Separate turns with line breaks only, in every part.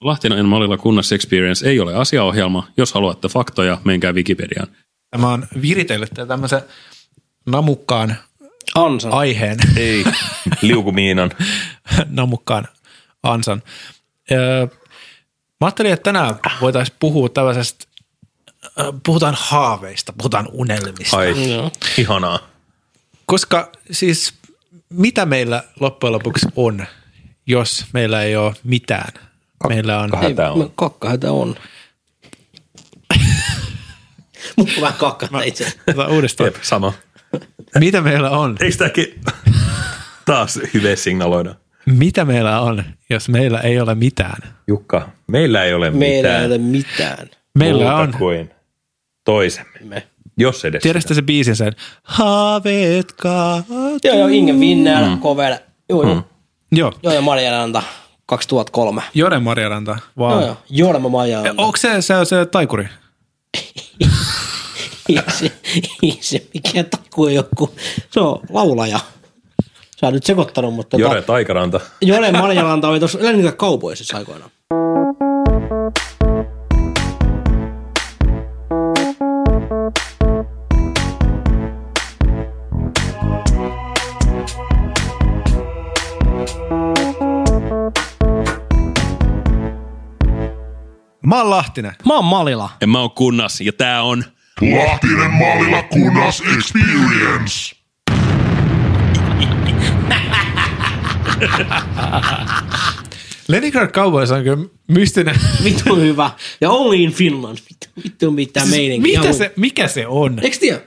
Lahtinen mallilla kunnassa Experience ei ole asiaohjelma. Jos haluatte faktoja, menkää Wikipediaan.
Mä oon viritellyt tää tämmöisen namukkaan
Ansan.
aiheen,
Ei, liukumiinan.
namukkaan ansan. Öö, mä ajattelin, että tänään voitaisiin puhua tällaisesta, ö, puhutaan haaveista, puhutaan unelmista.
Ai,
Joo.
ihanaa.
Koska siis mitä meillä loppujen lopuksi on, jos meillä ei ole mitään? Meillä on,
Hätä on.
Ei, mä- Niin, Kakkahätä on. Mulla on vähän kakkahätä itse.
Ota uudestaan.
Jep, sama.
Mitä meillä on?
Eikö tämäkin taas hyve signaloida?
Mitä meillä on, jos meillä ei ole mitään?
Jukka, meillä ei ole
Meillä ei
mitään
ole mitään.
Meillä
muuta
on.
kuin toisemme.
Me.
Jos edes.
Tiedätkö se biisin sen? Haaveet kaatuu.
Joo, joo, Inge Vinnäällä, mm. Kovella. Joo, joo. Mm.
Joo.
Joo, ja Marjananta 2003.
Jone Marjaranta. Wow.
Joo, joo. Jorma Marjananta.
Onko se, se, se taikuri?
Ei se, ei se mikään takku ei ole, kun se on laulaja. Sä oot nyt sekoittanut, mutta... tota-
Jore Taikaranta.
Jore Marjalanta oli tuossa Lännitä kaupoissa aikoinaan.
Mä oon Lahtinen.
Mä oon Malila.
En mä oo kunnas, ja tää on...
Lahtinen mallilla kunnas experience.
Leningrad Cowboys on kyllä mystinen.
Vittu hyvä. Ja Only in Finland. Vittu, vittu mitä siis meininki.
Mitä
Ihan
se, mikä se on?
Eiks tiedä?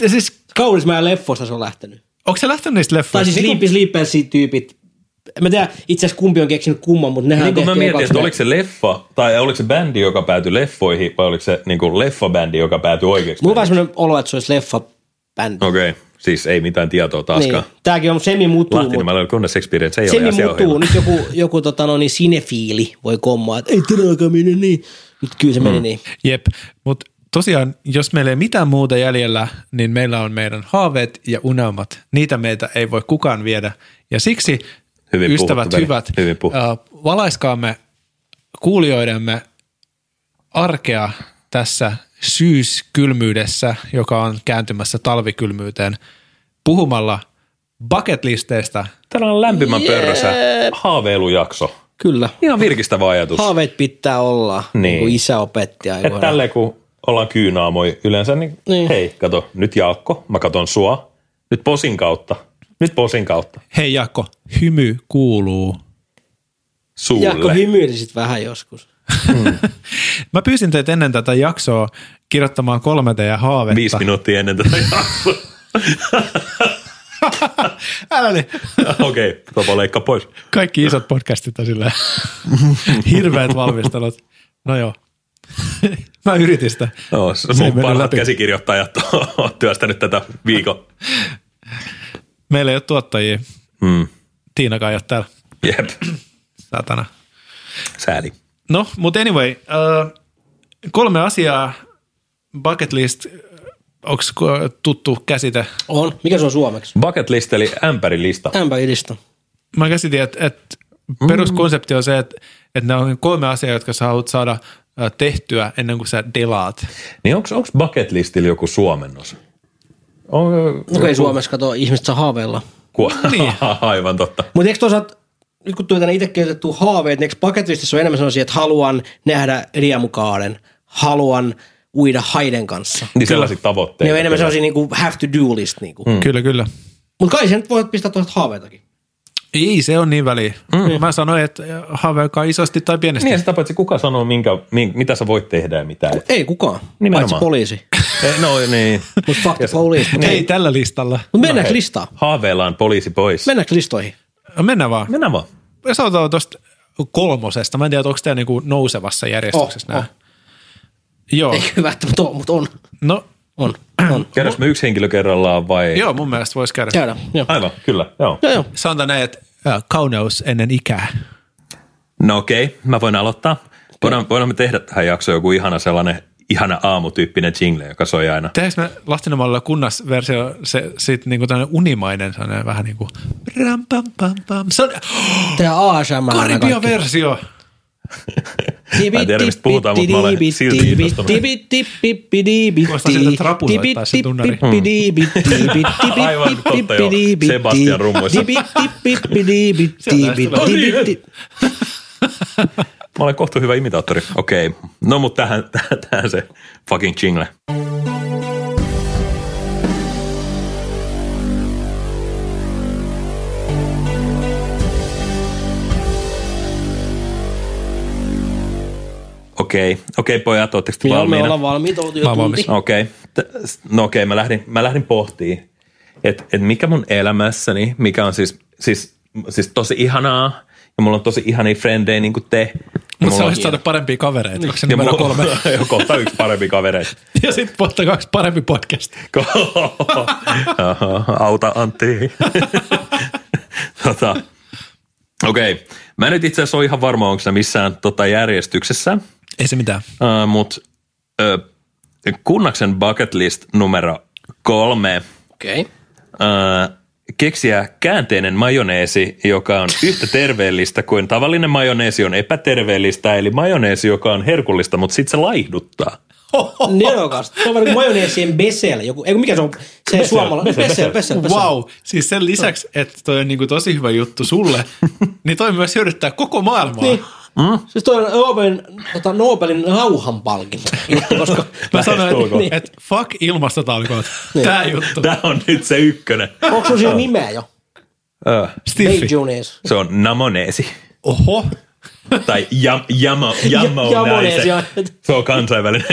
Te Siis,
Kaurismäen leffosta se on lähtenyt.
onko se lähtenyt niistä
Tai
leffoista? Niinku-
siis Sleepy Sleepersin tyypit. En mä tiedä itse asiassa kumpi on keksinyt kumman, mutta nehän
Niin kuin mä
tehtiin
mietin,
ekaksi
että
ne-
oliko se leffa, tai oliko se bändi, joka päätyi leffoihin, vai oliko se niin kuin leffabändi, joka päätyi oikeaksi?
Mulla on vähän semmoinen olo, että se olisi leffa-bändi.
Okei, okay. siis ei mitään tietoa
niin.
taaskaan. Niin.
Tääkin on semi mutuu,
Lahtinen, niin mä olen kunnes experience, ei ole
Semi muuttuu.
asiaohjelma.
Nyt joku, joku tota, no niin, sinefiili voi kommaa, että ei todellakaan mene niin. Mutta kyllä se
Mm.
meni niin.
Jep, mutta tosiaan, jos meillä ei mitään muuta jäljellä, niin meillä on meidän haaveet ja unelmat. Niitä meitä ei voi kukaan viedä. Ja siksi,
Hyvin
ystävät
puhuttu, veli.
hyvät,
Hyvin puhuttu.
äh, valaiskaamme kuulijoidemme arkea tässä syyskylmyydessä, joka on kääntymässä talvikylmyyteen, puhumalla bucketlisteistä.
Täällä on lämpimän yeah. pörrössä haaveilujakso.
Kyllä.
Ihan virkistävä ajatus. Ha-
Haaveet pitää olla, niin.
Niin.
kuin isä opetti
että
aikoinaan.
tälleen kun ollaan kyynaamoi yleensä, niin,
Niin.
niin, hei, kato, nyt Jaakko, mä katon sua. Nyt posin kautta. Nyt posin kautta.
Hei Jaakko, hymy kuuluu.
Suulle.
Jaakko hymyili sit vähän joskus.
Mä pyysin teitä ennen tätä jaksoa kirjoittamaan kolme teidän haavetta.
Viisi minuuttia ennen tätä jaksoa.
Älä niin.
Okei, okay, topa leikkaa pois.
Kaikki isot podcastit on silleen hirveät valmistelut. No joo. Mä yritin sitä.
No,
Se ei
mun
mennyt
parhaat
läpi.
käsikirjoittajat on työstänyt tätä viikon.
Meillä ei ole tuottajia.
Mm.
Tiinakaan ei ole täällä.
Jep,
Satana.
sääli.
No, mutta anyway. Äh, kolme asiaa. Bucket list. Onko tuttu käsite?
On. Mikä se on suomeksi?
Bucket list eli ämpärilista.
Ämpärilisto.
Mä käsitin, että, että peruskonsepti on se, että, että ne on kolme asiaa, jotka sä haluat saada äh, tehtyä ennen kuin sä delaat.
Niin onko bucket listillä joku suomennos? On,
No kun ei Suomessa kato, ihmiset saa haaveilla.
Ku-
Niin.
Aivan totta.
Mutta eikö toisaalta, nyt kun tulee tänne itse kirjoitettu haaveet, niin eikö paketlistissa ole enemmän sellaisia, että haluan nähdä riemukaaren, haluan uida haiden kanssa.
Niin sellaisia tavoitteita.
Ne on enemmän
kyllä.
sellaisia niin kuin have to do list. Niin kuin.
Mm. Kyllä, kyllä.
Mutta kai sen nyt voi pistää tuosta haaveitakin.
Ei, se on niin väliä. Mm. Mä sanoin, että haaveikaa isosti tai pienesti.
Niin ja sitä paitsi kuka sanoo, minkä, min, mitä sä voit tehdä ja mitä. et.
Ei kukaan,
Nimenomaan.
paitsi poliisi.
Eh, No niin.
Mutta fuck the police.
Niin. Ei tällä listalla.
Mutta mennäänkö listaan?
Haaveillaan poliisi pois.
Mennäänkö listoihin?
Mennään vaan.
Mennään vaan.
Jos aloitetaan tuosta kolmosesta. Mä en tiedä, onko tämä niinku nousevassa järjestyksessä
Oh,
oh, nämä. Joo,
Ei hyvä, että mutta on. Mutta on.
no
on. on.
Käydäänkö me yksi henkilö kerrallaan vai?
joo, mun mielestä voisi käydä.
Käydään. Joo.
Aivan, kyllä. Joo.
Joo, joo.
Sanotaan näin, että ää, kauneus ennen ikää.
No okei, okay, mä voin aloittaa. Voidaan, voidaan me tehdä tähän jaksoon joku ihana sellainen ihana aamutyyppinen jingle, joka soi aina.
Tehdäänkö me Lahtinomalla kunnas versio se, sit niinku tämmöinen unimainen, sellainen vähän niinku niin kuin ram pam pam pam. Se on
Tehdään ASMR.
Karibian versio.
Mä en tiedä, mistä puhutaan, mutta mä olen silti innostunut.
Kuulostaa siltä, että rapu soittaa se tunnari.
Aivan totta, joo. Sebastian rummuissa. Mä olen kohta hyvä imitaattori. Okei. Okay. No mutta tähän, tähän, tähän se fucking jingle. Okei, okay. okei okay, pojat, ootteko te
Joo, me
valmiina?
ollaan valmiita, oltu
Mä
jo
oon
tunti.
valmis.
Okei. Okay. No okei, okay, mä lähdin, mä lähdin pohtimaan, että et mikä mun elämässäni, mikä on siis, siis, siis tosi ihanaa, ja mulla on tosi ihania frendejä niin kuin te.
Mutta sä voisit saada parempia kavereita, onko se
ja
numero
mulla-
kolme?
jo kohta yksi parempi kavereita.
Ja sitten kohta kaksi parempi podcast.
Auta Antti. tota, Okei. Okay. Mä en nyt itse asiassa ole ihan varma, onko se missään tota järjestyksessä,
Ei se mitään.
uh, mutta uh, kunnaksen bucket list numero kolme –
Okei. Okay.
Äh, keksiä käänteinen majoneesi, joka on yhtä terveellistä kuin tavallinen majoneesi on epäterveellistä, eli majoneesi, joka on herkullista, mutta sitten se laihduttaa.
Nerokas. Se on vähän kuin majoneesien besel. Joku, ei kun mikä se on? Se suomalainen. Besel, besel, besel.
Wow, siis sen lisäksi, että toi on niinku tosi hyvä juttu sulle, niin toi myös hyödyttää koko maailmaa.
Niin. Mm? Siis toi on Nobelin, tota, Nobelin rauhanpalkinto, koska
Mä sanoin,
Lähestulkoon.
että et fuck ilmastotalkoot. Tää juttu.
Tämä on nyt se ykkönen.
onko sun siinä nimeä jo?
Äh,
Bay
Stiffi.
Jones.
Se on namoneesi.
Oho.
Tai jam, jamo,
jamoneesi,
jamoneesi.
joo.
Se on kansainvälinen.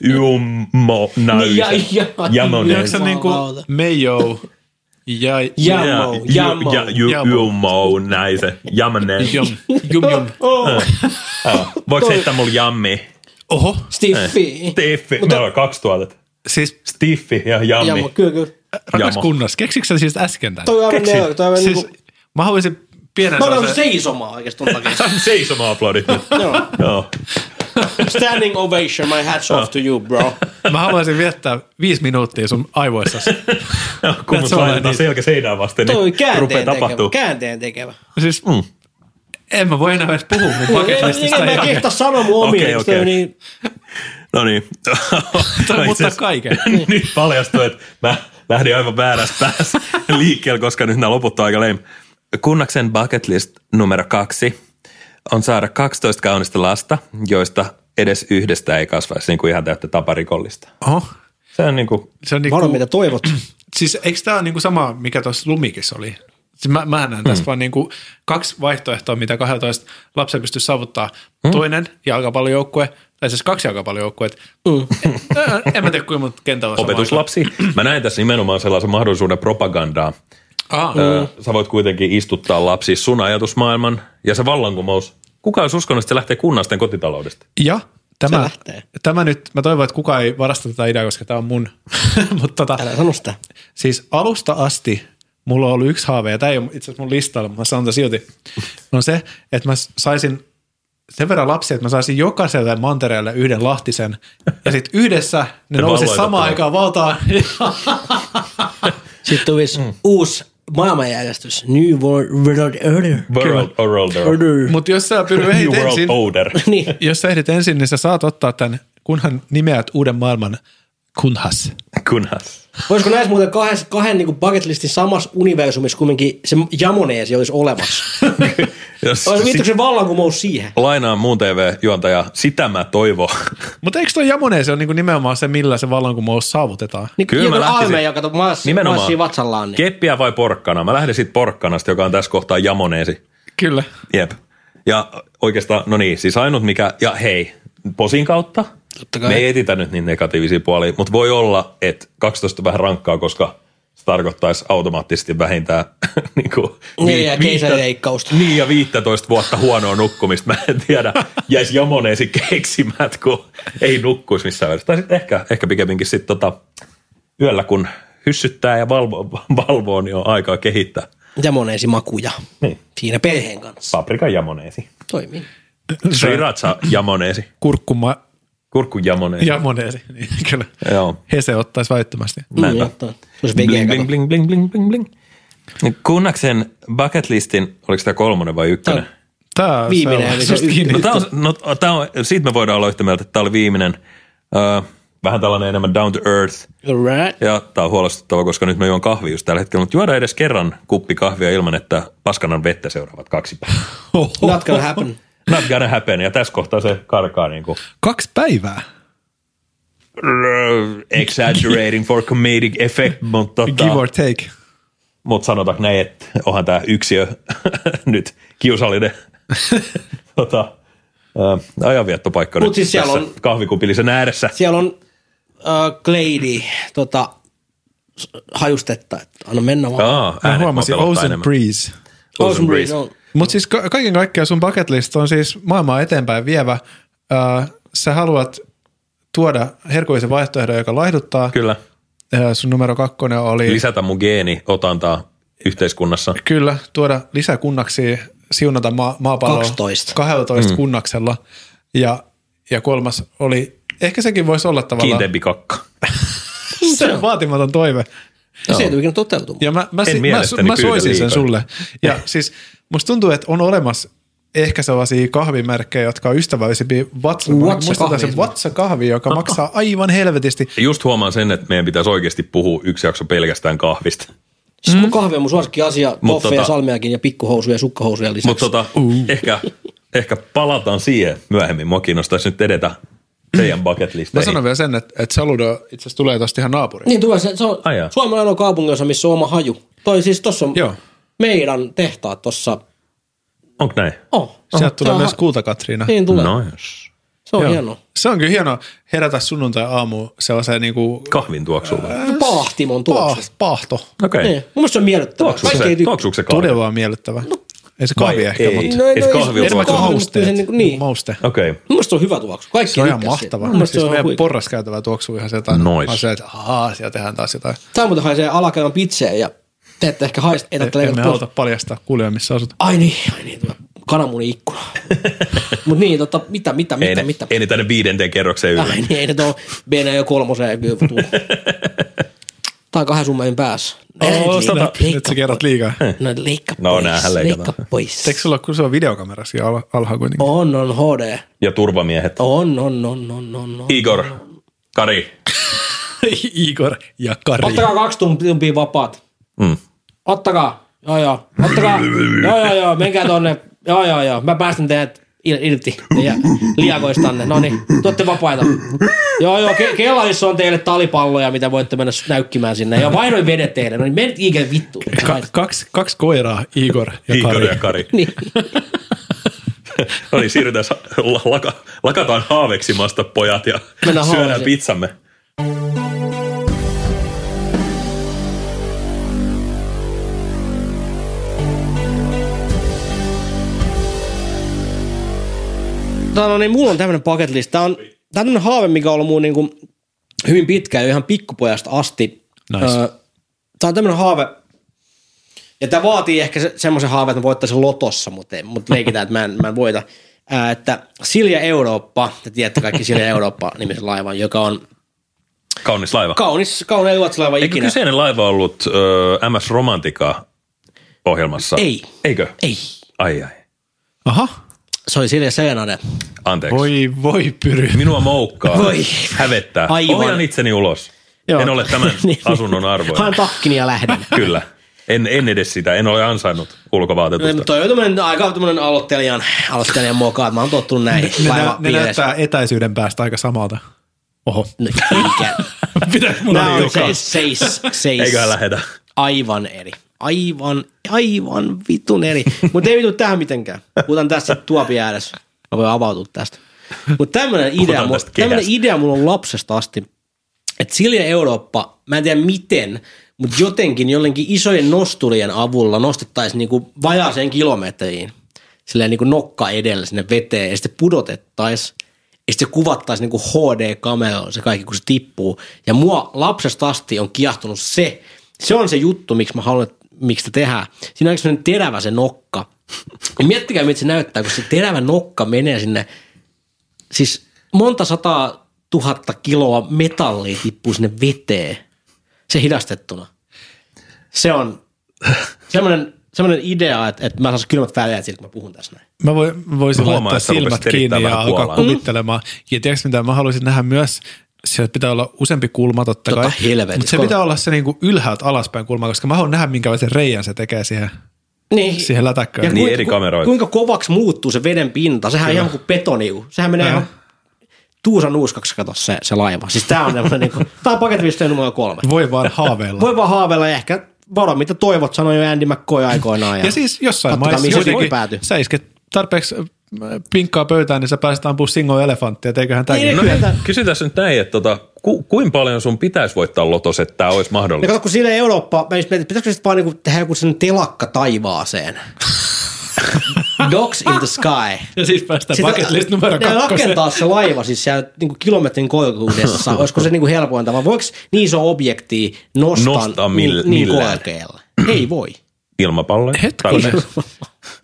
Jummo,
Niin, ja- ja-
Onko
Jamoneesi.
se niinku
Jumalauta.
Meijo ja
Ja-
Ja-
Jammo,
ju- ja- ju-
jammo.
Jummo, näise. Jamoneesi.
jum, jum, jum.
Oh,
Äh, Voiko heittää mulla jammi?
Oho.
Stiffi.
Stiffi. Meillä on 2000.
Siis
Stiffi ja
Ja
jammi.
mut kyllä, kyllä.
rakas
Jamo.
kunnas, keksitkö sä siis äsken tämän?
Toi on aivan
Keksi.
nero. Toi on aivan
Siis
niinku...
mä haluaisin pienen
Mä oon
sellaisen,
seisomaan oikeastaan takia.
Seisoma aplodit nyt.
Joo.
Joo.
Standing ovation, my hats off to you, bro.
mä haluaisin viettää viisi minuuttia sun aivoissasi.
Kun
That's
mut
all I
laitetaan
need.
selkä seinään vasten,
Toi on
niin rupeaa
käänteen tekevä.
tapahtuu.
Käänteen tekevä.
Siis mm. en mä voi enää edes puhua mun
Ei,
paketlistista.
mä en kehtaa sanoa mun omia,
siis Okei,
koska
okei.
toi on niin...
No niin.
Toi
No itse
muuttaa
asiassa
kaiken. Niin.
Nyt paljastuu, että mä lähdin aivan väärässä päässä liikkeelle, koska nyt nämä loput on aika lame. Kunnaksen bucket list numero kaksi on saada 12 kaunista lasta, joista edes yhdestä ei kasvaisi niin kuin ihan täyttä taparikollista.
Oho.
Se on niin kuin,
Se on niinku,
Varo, mitä toivot.
siis eikö tämä ole niinku sama, mikä tuossa Lumikissa oli? Siis mä, mä näen tässä vaan niinku kaksi vaihtoehtoa, mitä 12 lapsen pystyy saavuttaa. Mm. Toinen jalkapallojoukkue, tai siis kaksi jalkapallojoukkuet. Mm. en mä tiedä, kuinka monta kentällä on
opetuslapsi. Mä näen tässä nimenomaan sellaisen mahdollisuuden propagandaa.
Ah,
Öö, sä voit kuitenkin istuttaa lapsi sun ajatusmaailman ja se vallankumous. Kuka olisi uskonut, että se lähtee kunnasten kotitaloudesta?
ja
Se
tämä,
lähtee.
tämä nyt, mä toivon, että kukaan ei varasta tätä ideaa, koska tämä on mun. Mutta tota,
Älä sano sitä.
Siis alusta asti mulla on ollut yksi haave, ja tämä ei ole itse asiassa mun listalla, mutta mä sanon tämän silti. On se, että mä saisin sen verran lapsia, että mä saisin jokaiselle mantereelle yhden lahtisen, ja sitten yhdessä ne
Ne
nousi samaan
valloitetaan.
aikaan valtaan.
Sitten tulisi
Mm.
uusi maailmanjärjestys. New World, world Order.
World order.
Order.
mutta jos sä pyrit
New
ehdit
world
ensin,
order.
Niin.
jos sä ehdit ensin, niin sä saat ottaa tämän, kunhan nimeät uuden maailman kunhas.
Kunnas.
Olisiko näissä muuten kahden, kahden niin paketlistin samassa universumissa kumminkin se jamoneesi olisi olemassa?
Jos,
Olisi
sit-
vittu se vallankumous siihen.
lainaan muun TV-juontaja, sitä mä toivon.
Mutta eikö toi jamoneen, se on niinku nimenomaan se, millä se vallankumous saavutetaan?
Niin
Kyllä
joku
mä lähtisin.
armeija, kato, mä olisin- mä olisin siinä
Nimenomaan.
vatsallaan. Niin.
Keppiä vai porkkana? Mä lähden siitä porkkanasta, joka on tässä kohtaa jamoneesi.
Kyllä.
Jep. Ja oikeastaan, no niin, siis ainut mikä, ja hei, posin kautta.
Totta kai.
Me ei etitä nyt niin negatiivisia puolia, mutta voi olla, että 12 on vähän rankkaa, koska se tarkoittaisi automaattisesti vähintään niin kuin,
Neljä keisarileikkausta.
Niin ja 15 vuotta huonoa nukkumista. Mä en tiedä, jäisi jamoneesi keksimät, kun ei nukkuisi missään välissä. Tai sitten ehkä, ehkä pikemminkin sitten tota, yöllä, kun hyssyttää ja valvo, valvoo, niin on aikaa kehittää.
Jamoneesi makuja.
Niin.
Siinä perheen kanssa.
Paprika jamoneesi.
Toimii.
Sriracha jamoneesi.
Kurkkuma
Kurkku jamoneesi.
jamoneesi. Niin, kyllä.
Joo.
Hese ottaisi välittömästi.
Näinpä.
Mm, totta. Se olisi vegeä, kato.
bling, Niin, bling, bling, bling, bling. Kunnaksen bucket listin, oliko tämä kolmonen vai
Tää on
ykkönen?
Tää on
Viimeinen, eli se
sellaisesta
ykkönen.
kiinni.
No, tää on, no, tää on, siitä me voidaan olla yhtä mieltä, että tämä oli viimeinen. Öö, vähän tällainen enemmän down to earth.
Alright.
Ja tämä on huolestuttava, koska nyt mä juon kahvi just tällä hetkellä, mutta juoda edes kerran kuppi kahvia ilman, että paskanan vettä seuraavat kaksi päivää.
niin.
Not gonna happen.
Not gonna happen, ja tässä kohtaa se karkaa niin kuin
Kaksi päivää.
exaggerating for comedic effect, mutta
Give
tota,
or take.
mut sanotaanko näin, että onhan tämä yksiö nyt kiusallinen tota, ö, ajanviettopaikka
Mut
nyt
siis siellä
tässä
on-
kahvikupillisen ääressä.
Siellä on äh, Glady tota, s- hajustetta, että anna mennä vaan.
Aa,
Mä
äänet
huomasin
mopelottaa
Ocean
enemmän.
Breeze.
Ocean Ah, Breeze.
on-
Mutta siis ka- kaiken kaikkiaan sun bucket list on siis maailmaa eteenpäin vievä. Äh, sä haluat tuoda herkullisen vaihtoehdon, joka laihduttaa.
Kyllä.
Äh, sun numero kakkonen oli...
Lisätä mun geeni otantaa yhteiskunnassa.
Kyllä, tuoda lisäkunnaksi, siunata maa, maapalloa
12.
12 mm. kunnaksella. Ja, ja kolmas oli, ehkä sekin voisi olla tavallaan
Kiinteämpi kakka.
se on vaatimaton toive.
Ja se ei tule ikinä toteutumaan.
Ja mä, mä,
En
si- mä, su-
mielestäni
mä
pyydä
soisin sen
liikaa. Niin.
sulle. Ja siis musta tuntuu, että on olemassa ehkä sellaisia kahvimerkkejä, jotka on ystävällisempiä. Vatsa,
Vatsa
muistetaan se
kahvi.
vatsakahvi, joka maksaa aivan helvetisti.
Just huomaan sen, että meidän pitäisi oikeasti puhua yksi jakso pelkästään kahvista.
Siis mun kahvi on mun suosikki asia, toffeja,
Mm. tota-
tota, salmiakin ja pikkuhousuja ja sukkahousuja lisäksi.
Mutta tota, ehkä, ehkä palataan siihen myöhemmin. Mua kiinnostaisi nyt edetä
Mm.
teidän bucket
Mä
listeihin.
sanon vielä sen, että, että Saludo itse asiassa tulee tosta ihan naapuriin.
Niin tulee se, se on
Ai jaa.
Suomen ainoa kaupunki, jossa missä on oma haju. Toi siis tossa on
Joo.
meidän tehtaat tossa.
Onko näin?
Oh,
Sieltä tulee myös Kulta-Katriina.
Niin tulee, no.
Nice.
se
Joo.
on Joo. hienoa.
Se on kyllä hienoa herätä sunnuntai aamu sellaiseen niinku
Kahvin tuoksulla. Okei.
Paahtimon tuoksu.
paah, paahto.
Okay.
Niin. Mun mielestä se on miellyttävää.
Tuoksuuko
Kaikki ei
se,
tykkää.
tuoksuuko se kahvi?
Todella miellyttävä. ei se kahvi ehkä,
ei?
mutta
No, Ei se kahvi ole
ei se
enemmän kuin
tuoksu.
No. kahvi, mutta kyllä
hausteet.
se niinku- Niin.
Hauste.
Okei. Okay.
Mun mielestä se on hyvä tuoksu. Kaikki
Se on
ei
ihan
tykkää siitä.
mahtavaa.
Mun mielestä
Siis
se on niinku- ihan
meidän
huikea.
porraskäytävä tuoksuu ihan sieltä.
Nice.
Mä se, että ahaa, siellä tehdään taas jotain.
Tämä muuten haisee alakerran pizzeen ja te ette ehkä haista, ei tätä
Ei, emme
leikata pois.
haluta paljastaa kuulia, missä asut.
Ai niin, ai niin, tuo kananmunin ikkuna. Mut niin, tota, mitä, mitä,
Ei,
mitä,
ne,
mitä?
ei ne tänne viidenteen kerrokseen yllä.
Ai niin, ei nyt ole Benä jo kolmoseen kyllä tuu. Tai kahden summein päässä. Älä nyt
No, Osta-
leikkaa,
Nyt
leikkaa
sä kerrot
pois.
liikaa.
No leikka
No,
pois.
näähän leikataan.
leikka pois.
Eikö sulla, kun se on videokamera siellä al- alhaalla kuitenkin?
On, on HD.
Ja turvamiehet.
On, on, on, on, on, on.
Igor, Kari.
Igor ja Kari.
Ottakaa kaksi tuntia vapaat.
Mm.
Ottakaa. Joo, joo. Ottakaa. Joo, joo, joo. Menkää tonne. Joo, joo, joo. Mä päästän teidät il- irti ja liakoistanne. No niin, tuotte vapaita. Joo, joo. Ke- kellarissa on teille talipalloja, mitä voitte mennä s- näykkimään sinne. Ja vaihdoin vedet teille. No niin, menet ikinä vittu.
Ka- kaksi, kaksi koiraa, Igor ja
Igor
Kari.
ja Kari.
Niin.
No niin, siirrytään, sa- la- laka, lakataan haaveksimasta pojat ja
Mennään
syödään
haaveisiin.
pizzamme.
Tota, no niin, mulla on tämmönen bucket list. Tää on, tää on tämmönen haave, mikä on ollut mun niinku hyvin pitkään jo ihan pikkupojasta asti.
Nice.
Öö, tää on tämmönen haave, ja tää vaatii ehkä se, semmoisen haaveen, että mä voittaisin lotossa, mutta, mutta leikitään, että mä en, mä en voita. Ää, että Silja Eurooppa, te tiedätte kaikki Silja Eurooppa nimisen laivan, joka on
Kaunis laiva.
kaunis, kaunein ruotsalaiva
Eikö
ikinä.
kyseinen laiva ollut ö, MS Romantika ohjelmassa?
Ei.
Eikö?
Ei,
Ai ai.
Aha.
se oli Silja Seenanen.
Anteeksi. Voi.
Voi, voi pyry.
Minua moukkaa.
Voi.
Hävettää.
Aivan.
Ohjaan itseni ulos. Joo.
Joo.
En ole tämän
Niin.
asunnon arvoinen.
Hän takkini ja lähden.
Kyllä. En, en edes sitä. En ole ansainnut
No,
ulkovaatetusta.
mutta toi on tämmönen aika tämmönen aloittelijan, aloittelijan moka, että mä oon tottunut näihin
Ne, nä- ne
laivapiireissä.
näyttää etäisyyden päästä aika samalta. Oho.
No, Eikä.
Pidä mun
Nää on
tiukkaa.
seis, seis, seis.
Eiköhän lähetä.
Aivan eri. Aivan, aivan vitun eri. Mutta ei vitu tähän mitenkään. Puhutaan tästä tuopi ääressä. Mä voin avautua tästä. Mutta tämmöinen idea,
Puhutaan
mulla,
tästä
tämmönen
kehästä.
idea mulla on lapsesta asti, että Silja Eurooppa, mä en tiedä miten, mutta jotenkin jollenkin isojen nosturien avulla nostettaisiin niinku vajaaseen kilometriin silleen niinku nokka edellä sinne veteen ja sitten pudotettaisiin ja sitten se kuvattaisiin niinku HD-kameralla se kaikki, kun se tippuu. Ja mua lapsesta asti on kiahtunut se, se on se juttu, miksi mä haluan, että miksi sitä tehdään. Siinä on sellainen terävä se nokka. Ja miettikää, miltä se näyttää, kun se terävä nokka menee sinne siis monta sataa tuhatta kiloa metallia tippuu sinne veteen. Se hidastettuna. Se on semmoinen, semmoinen idea, että, että mä saisin kylmät väreet siitä, kun mä puhun tässä näin.
Mä voi- voisin
Mä huomaan,
laittaa
että sä
silmät
rupesit
kiinni
erittäin
ja
vähän
alkaa
puolaan.
kuvittelemaan. Ja tiedätkö mitä, mä haluaisin nähdä myös, siellä pitää olla useampi kulma totta
Totta
kai.
helvetissä,
Mutta se
kolme.
pitää olla se niinku ylhäältä alaspäin kulma, koska mä haluan nähdä minkälaisen reijän se tekee siihen,
Niin.
siihen lätäkköön.
Niin
kuinka-
eri
ku-
kameroita.
Kuinka kovaksi muuttuu se veden pinta? Sehän on ihan kuin betoniu. Sehän
Äh.
menee ihan tuusan uuskaksi, kato se, se laiva. Siis tää on tämmönen niinku, tää on paketivistojen numero kolme.
Voi vaan haaveilla.
Voi vaan haaveilla ja ehkä varo, mitä toivot, sanoi jo Andy McCoy aikoinaan.
Ja siis jossain
Katsotaan,
maissa
mihin se voi
kuitenkin
päätyy.
sä isket tarpeeksi äh, pinkkaa pöytään, niin sä päästään ampumaan singon elefanttia, et eiköhän tämäkin.
Niin,
No,
Kyllä
hei,
tää-
kysytään nyt näin, että tota, ku, kuinka paljon sun pitäisi voittaa lotos, että tämä olisi
Ja
mahdollista?
kato, kun siinä Eurooppa, mä just mietin, pitäisikö sitten vaan niinku tehdä joku sen telakka taivaaseen. Dogs in the sky.
Ja siis päästään bucket list numero
ne
kakkoseen.
rakentaa se laiva siis siellä niinku kilometrin koikuudessa. Olisiko se niinku helpointa, vai voiko niin iso objekti nostaa,
Nostaa mill-
niin, niin
millään.
korkealle? Ei voi.
Ilmapallo?
Hetkinen.
Niin.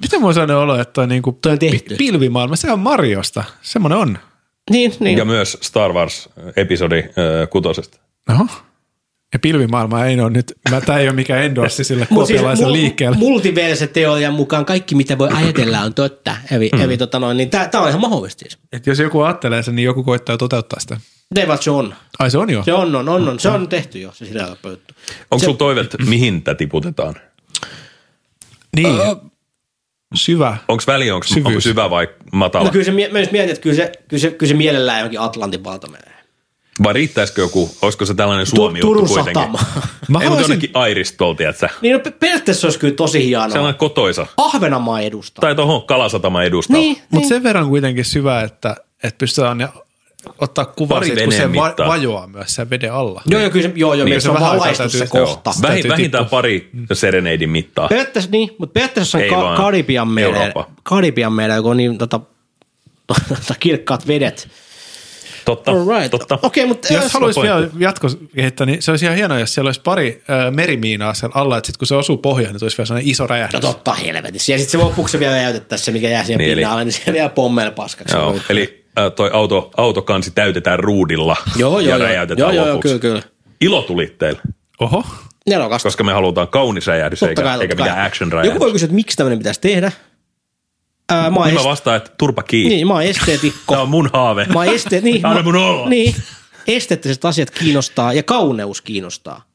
Miten mulla on sellainen olo, että toi, niinku
Toi on tehty.
pi- pilvimaailma, se on Mariosta. Semmoinen on.
Niin, niin.
Ja myös Star Wars episodi äh, kutosesta.
Oho. Ja pilvimaailma ei ole nyt, tämä ei ole mikään endorsi sille kuopialaisen
siis mul-
liikkeelle.
multiverse-teorian mukaan kaikki, mitä voi ajatella, on totta. Eli, mm. eli tota noin, niin tämä on ihan mahdollista siis.
Et jos joku ajattelee sen, niin joku koittaa toteuttaa sitä.
Ei vaan se on.
Ai se on jo.
Se on, on, on, on. Se on tehty jo, se sillä lailla juttu.
Onko sulla toiveet, mihin tätä tiputetaan?
Niin. Syvä.
Onko väli, onko
Syvyys.
syvä vai matala?
No kyllä se, mie- mä just mietin, että kyllä se, kyllä se, kyllä se mielellään johonkin Atlantin valta menee.
Vai riittäisikö joku, olisiko se tällainen suomi juttu
Turun
kuitenkin?
satama.
Mä
Ei, mutta
haluaisin-
jonnekin Airistol, tiedätkö?
niin no, pe- periaatteessa se olisi kyllä tosi hienoa.
Sellainen kotoisa.
Ahvenanmaa edustaa.
Tai no, tuohon kalasatama edustalla.
niin,
Mutta
niin. Se...
sen verran kuitenkin syvä, että, että pystytään ne ottaa kuva
Pari
siitä, kun se
veneen
va-
mittaa.
vajoaa myös sen veden alla.
Joo, joo, kyllä se, joo, joo, niin,
se
se on
vähän
vaan
aikaa
laistu se
täytyy- joo.
kohta.
Vähi-
Täytyy
vähintään pari sereneidin mittaa.
Periaatteessa niin, mutta periaatteessa on
Ei
ka-
vaan
Karibian meidän,
Eurooppa.
Karibian meidän, joka on niin tota, tota, kirkkaat vedet.
Totta,
Alright.
totta.
Okei, äh, mutta
Niin. Jos haluaisi
pointti.
vielä jatkokehittää, niin se olisi ihan hienoa, jos siellä olisi pari ö, merimiinaa siellä alla, että sitten kun se osuu pohjaan, niin tulisi vielä sellainen iso
No
räjähdys.
totta helvetissä. Ja sitten se lopuksi se vielä jäytettä se, mikä jää siihen
Niin,
niin,
eli-
pinnalle, niin se vielä pommel paskaksi.
Joo, eli äh, toi auto, autokansi täytetään ruudilla
joo,
ja
joo, joo, joo,
räjäytetään
joo, joo,
lopuksi.
kyllä, kyllä.
Ilo tuli teille,
Oho.
Nerokasta.
koska me halutaan kaunis räjähdys
Totta
eikä,
kai, totta
eikä
kai.
mitään action
Joku
räjähdys.
voi kysyä, että miksi tämmöinen pitäisi tehdä. Ää, mä oon
Niin mä
est-
vastaan, että turpa kiinni.
niin, mä oon esteetikko.
Tämä on mun haave.
Mä oon este- niin,
Anna
mä-
mun olla.
Niin. Esteettiset asiat kiinnostaa ja kauneus kiinnostaa.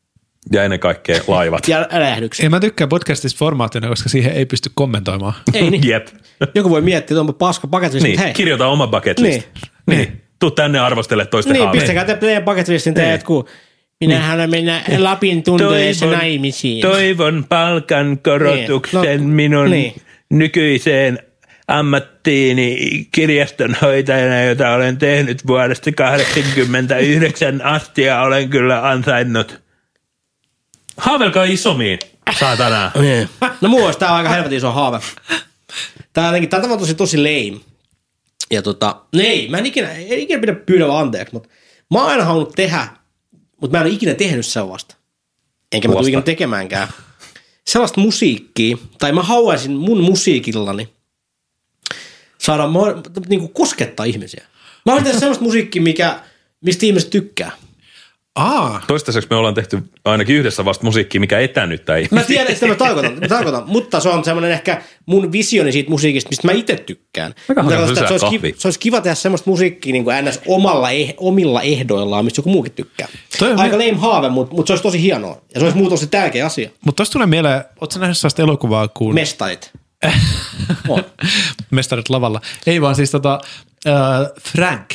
Ja ennen kaikkea laivat.
Ja räjähdykset.
En mä tykkää podcastista formaattina, koska siihen ei pysty kommentoimaan.
Ei niin.
Jep.
Joku voi miettiä, että onpa paska paketviesti,
Niin,
mutta hei.
kirjoita oma bucket list.
Niin.
Niin. niin. Tuu tänne arvostele toisten
Niin,
haaveita.
pistäkää te teidän paketviestin teidät,
Niin.
kun minähän niin. mennä Lapin tunteessa naimisiin.
toivon palkankorotuksen
Niin. No,
minun
niin.
nykyiseen ammattiini kirjastonhoitajana, jota olen tehnyt vuodesta 89 asti ja olen kyllä ansainnut. Haavelkaa isomiin, saatana.
Niin. No mulla olisi tää on aika helvetin iso haave. Tää on jotenkin, tää on tosi tosi lame. Ja tota, no ei, mä en ikinä, en ikinä pidä pyydä anteeksi, mutta mä oon aina halunnut tehdä, mutta mä en ole ikinä tehnyt sellaista. Enkä mä tule
Kuvasta.
ikinä tekemäänkään. Sellaista musiikkia, tai mä haluaisin mun musiikillani saada niin kuin koskettaa ihmisiä. Mä haluaisin tehdä sellaista musiikkia, mikä, mistä ihmiset tykkää.
Aa,
Toistaiseksi me ollaan tehty ainakin yhdessä vasta musiikkia, mikä etäännyttää
Mä
ihmisiä.
niin.
tiedän, että mä tarkoitan, mä tarkoitan, mutta se on semmoinen ehkä mun visioni siitä musiikista, mistä mä itse tykkään. Mutta
on
tarkoitan, että se,
hyvä
olisi kiva,
kahvi.
se olisi kiva tehdä semmoista musiikkia niin kuin ns. Omalla, eh, omilla ehdoillaan, mistä joku muukin tykkää.
Toi on-
Aika lame haave, mutta mut se olisi tosi hienoa. Ja se olisi muuten tosi tärkeä asia.
mutta tosta tulee mieleen, ootko sä nähnyt sellaista elokuvaa kuin Me-
Mestarit. on.
Mestarit lavalla? Ei vaan siis tota, äh, Frank.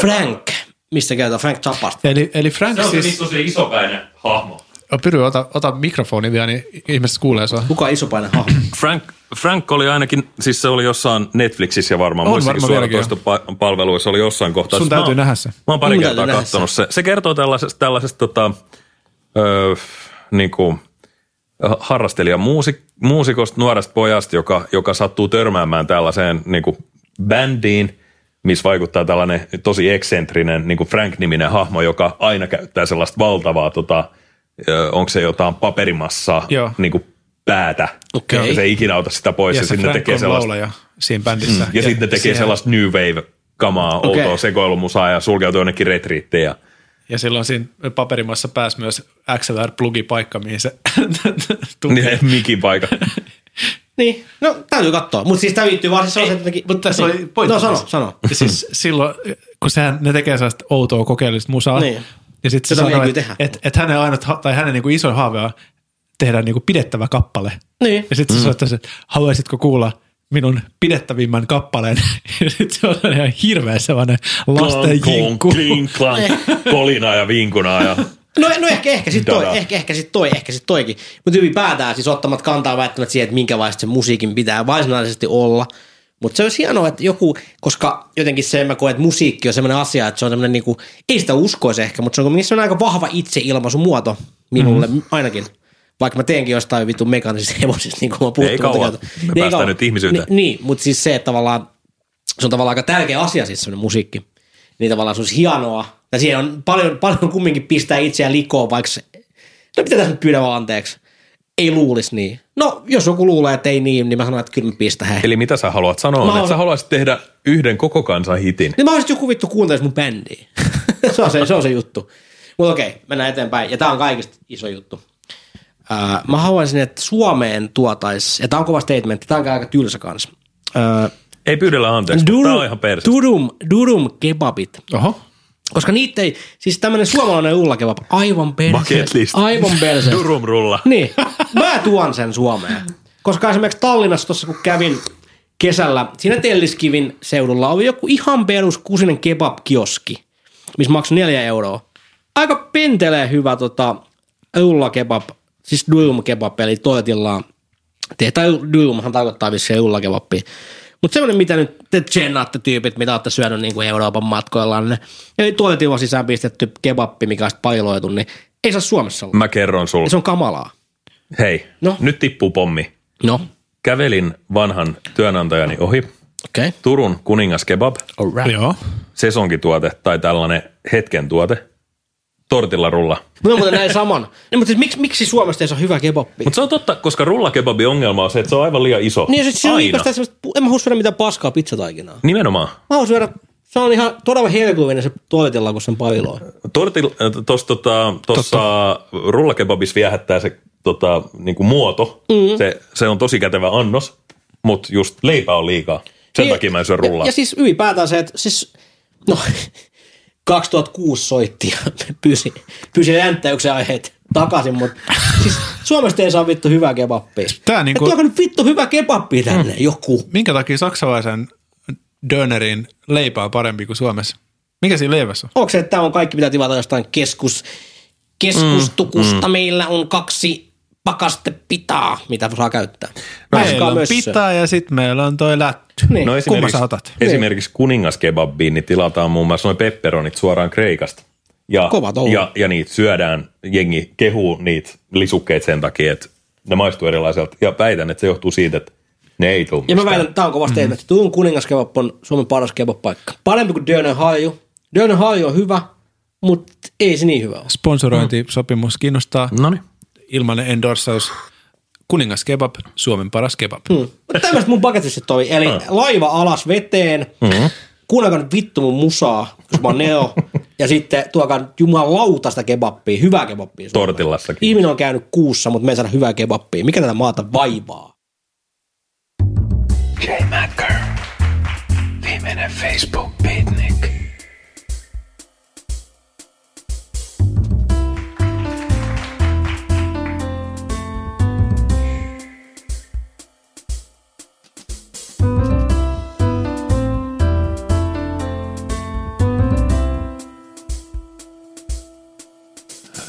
Frank. Mistä käytetään? Frank Zapasta.
Eli, eli Frank siis... Oh,
tosi isopäinen hahmo.
Pyry, ota, ota mikrofoni vielä, niin ihmiset kuulee sua.
Kuka on isopainen hahmo?
Frank, Frank oli ainakin, siis se oli jossain Netflixissä ja varmaan
On
muissakin
varmaan vieläkin,
suoratoistopalveluissa oli jossain kohtaa. Siis
Sun
Mä oon-
täytyy nähdä se.
Mä oon pari
Mun
kertaa
täytyy nähdä
katsonut se. Se kertoo tällaisesta, tällaisesta tota, öö, niin kuin, harrastelijan muusik, muusikosta, nuoresta pojasta, joka, joka sattuu törmäämään tällaiseen niin kuin bändiin, missä vaikuttaa tällainen tosi eksentrinen niin kuin Frank-niminen hahmo, joka aina käyttää sellaista valtavaa, tota, ö, onko se jotain paperimassaa,
Joo.
niin kuin päätä.
Okei.
Ja se ei ikinä ota sitä pois ja, ja
se
sitten ne
Frank
tekee
on
sellaista Mm,
laulaja siinä bändissä.
ja, sitten tekee
siihen-
sellaista new wave kamaa, okay.
Okei.
outoa sekoilumusaa ja sulkeutuu jonnekin retriittiin ja
Ja silloin siinä paperimassa pääsi myös XLR-plugi paikka, mihin se tukee.
Niin, mikin paikka.
Niin, no täytyy katsoa. Mutta siis tämä liittyy vaan siis sellaisen jotenkin...
Mutta tässä oli pointti.
No sano, sano.
Ja siis silloin, kun sehän, ne tekee sellaista outoa kokeellista musaa,
Niin.
niin. ja sitten se
Jota me ei
sanoo,
kyllä
että
tehdä.
et, et hänen, ainut, ha- tai hänen niinku isoin haave on tehdä niinku pidettävä kappale.
Niin.
Ja sitten se soittaa, se, että haluaisitko kuulla minun pidettävimmän kappaleen. Ja sitten se on ihan hirveä sellainen lasten jinkku.
Kling, klang, kolinaa ja vinkunaa ja
No, no ehkä, ehkä sitten
Dada.
toi, ehkä, ehkä sit toi, ehkä sit toikin. Mutta ylipäätään siis ottamat kantaa välttämättä siihen, että minkälaista se musiikin pitää varsinaisesti olla. Mutta se olisi hienoa, että joku, koska jotenkin se mä koen, että musiikki on sellainen asia, että se on semmoinen niinku, ei sitä uskoisi ehkä, mutta se on kuitenkin semmoinen aika vahva itseilmaisumuoto minulle mm. ainakin. Vaikka mä teenkin jostain vittu mekanisista hevosista, niin kuin mä puhuttu.
Ei kauan.
mutta-
Me päästään nyt ihmisyyteen.
Niin Ni, niin, mutta siis se, että tavallaan se on tavallaan aika tärkeä asia siis semmoinen musiikki. Niin tavallaan se olisi hienoa. Ja siihen on paljon, paljon kumminkin pistää itseään likoon, vaikka se, no mitä tässä nyt pyydä vaan anteeksi. Ei luulisi niin. No, jos joku luulee, että ei niin, niin mä sanon, että kyllä mä pistän hei.
Eli mitä sä haluat sanoa?
Mä
on,
oon-
Että sä haluaisit tehdä yhden koko kansan hitin.
Niin mä olisin joku vittu kuuntelisi mun bändiä. se, on se, se on se juttu. Mutta okei, mennään eteenpäin. Ja tää on kaikista iso juttu. Ää, mä haluaisin, että Suomeen tuotais, ja tää on kova statementti, tää on aika tylsä kans. Äh, Ää,
Ei pyydellä anteeksi, Duru, tää on ihan perse.
durum, durum kebabit.
Oho.
Koska niitä ei, siis tämmönen suomalainen ullakebab, aivan
Bucket
perse.
list.
Aivan perse.
Durumrulla.
Niin, mä tuon sen Suomeen. Koska esimerkiksi Tallinnassa tuossa kun kävin kesällä, siinä Telliskivin seudulla oli joku ihan perus kusinen kebab-kioski, missä maksoi neljä euroa. Aika pentelee hyvä tota, ullakebab, siis duum kebab, eli toitillaan. Tai duumhan tarkoittaa vissiin ullakebabia. Mutta semmoinen, mitä nyt te tsennaatte tyypit, mitä olette syönyt niin kuin Euroopan matkoillanne. Eli toitilla sisään pistetty kebappi, mikä on sit pailoitu, niin ei saa Suomessa olla.
Mä kerron sulle.
Se on kamalaa.
Hei,
No.
no. nyt tippuu pommi.
No,
Kävelin vanhan työnantajani ohi.
okei. Okay.
Turun kuningas kebab,
Alright.
Joo.
sesonkituote tai tällainen hetken tuote. Tortilla rulla.
Mä muuten näin saman. No, mutta siis miksi, miksi Suomesta ei saa hyvä kebappi?
Mutta se on totta, koska rullakebabin ongelma on se, että se on aivan liian iso.
Niin, jos se on
Aina.
liikasta semmoista, en mä halua syödä mitään paskaa pizzataikinaa.
Nimenomaan.
Mä haluan syödä, se on ihan todella helkullinen se toivotellaan, kun sen pailoo.
Tortil, tos, äh, tota, tossa rullakebabissa viehättää se tota, niinku muoto. Mm. Se, se on tosi kätevä annos, mutta just leipää on liikaa. Sen
Niin,
takia mä en syö
Ja,
rullaa.
ja siis ylipäätään se, että siis, no, 2006 soitti ja pyysi, pyysi jänttäyksen aiheet takaisin, mutta siis Suomesta ei saa vittu hyvää kebappia.
Tää niinku-
Ja tuokaa nyt vittu hyvä kebappi tänne,
Mm.
joku.
Minkä takia saksalaisen dönerin leipä on parempi kuin Suomessa? Mikä siinä leivässä on?
Onko se, että tämä on kaikki, mitä tilata jostain keskus, keskustukusta. Mm, mm. Meillä on kaksi pakastepitaa, mitä saa käyttää.
Meillä
Paskaa
on
mössöä.
pitää ja sitten meillä on toi lätty.
Niin.
No
Kumman
esimerkiksi,
sä otat?
esimerkiksi kuningaskebabiin niin tilataan muun muassa noin pepperonit suoraan Kreikasta. Ja,
Kova touhu.
ja, ja niitä syödään, jengi kehuu niitä lisukkeita sen takia, että ne maistuu erilaiselta. Ja väitän, että se johtuu siitä, että ne ei tule
Ja mä väitän, että tämä on kovasti mm-hmm. Tuun kuningaskebab on Suomen paras kebab-paikka. Parempi kuin Dönen haju. Dönen haju on hyvä, mutta ei se niin hyvä ole.
Sponsorointisopimus kiinnostaa.
Noniin.
Ilmainen endorsaus. Kuningas kebab, Suomen paras kebab. Mm.
Mutta tämmöistä mun paketissa toi. Eli laiva alas veteen, Ah. mm-hmm. kuunnelkaa nyt vittu mun musaa, koska mä oon Neo. ja sitten tuokaa jumalauta sitä kebappia, hyvää kebappia.
Tortillassakin.
Ihminen on käynyt kuussa, mutta me ei saada hyvää kebappia. Mikä tätä maata vaivaa?
Viimeinen Facebook Beatnik.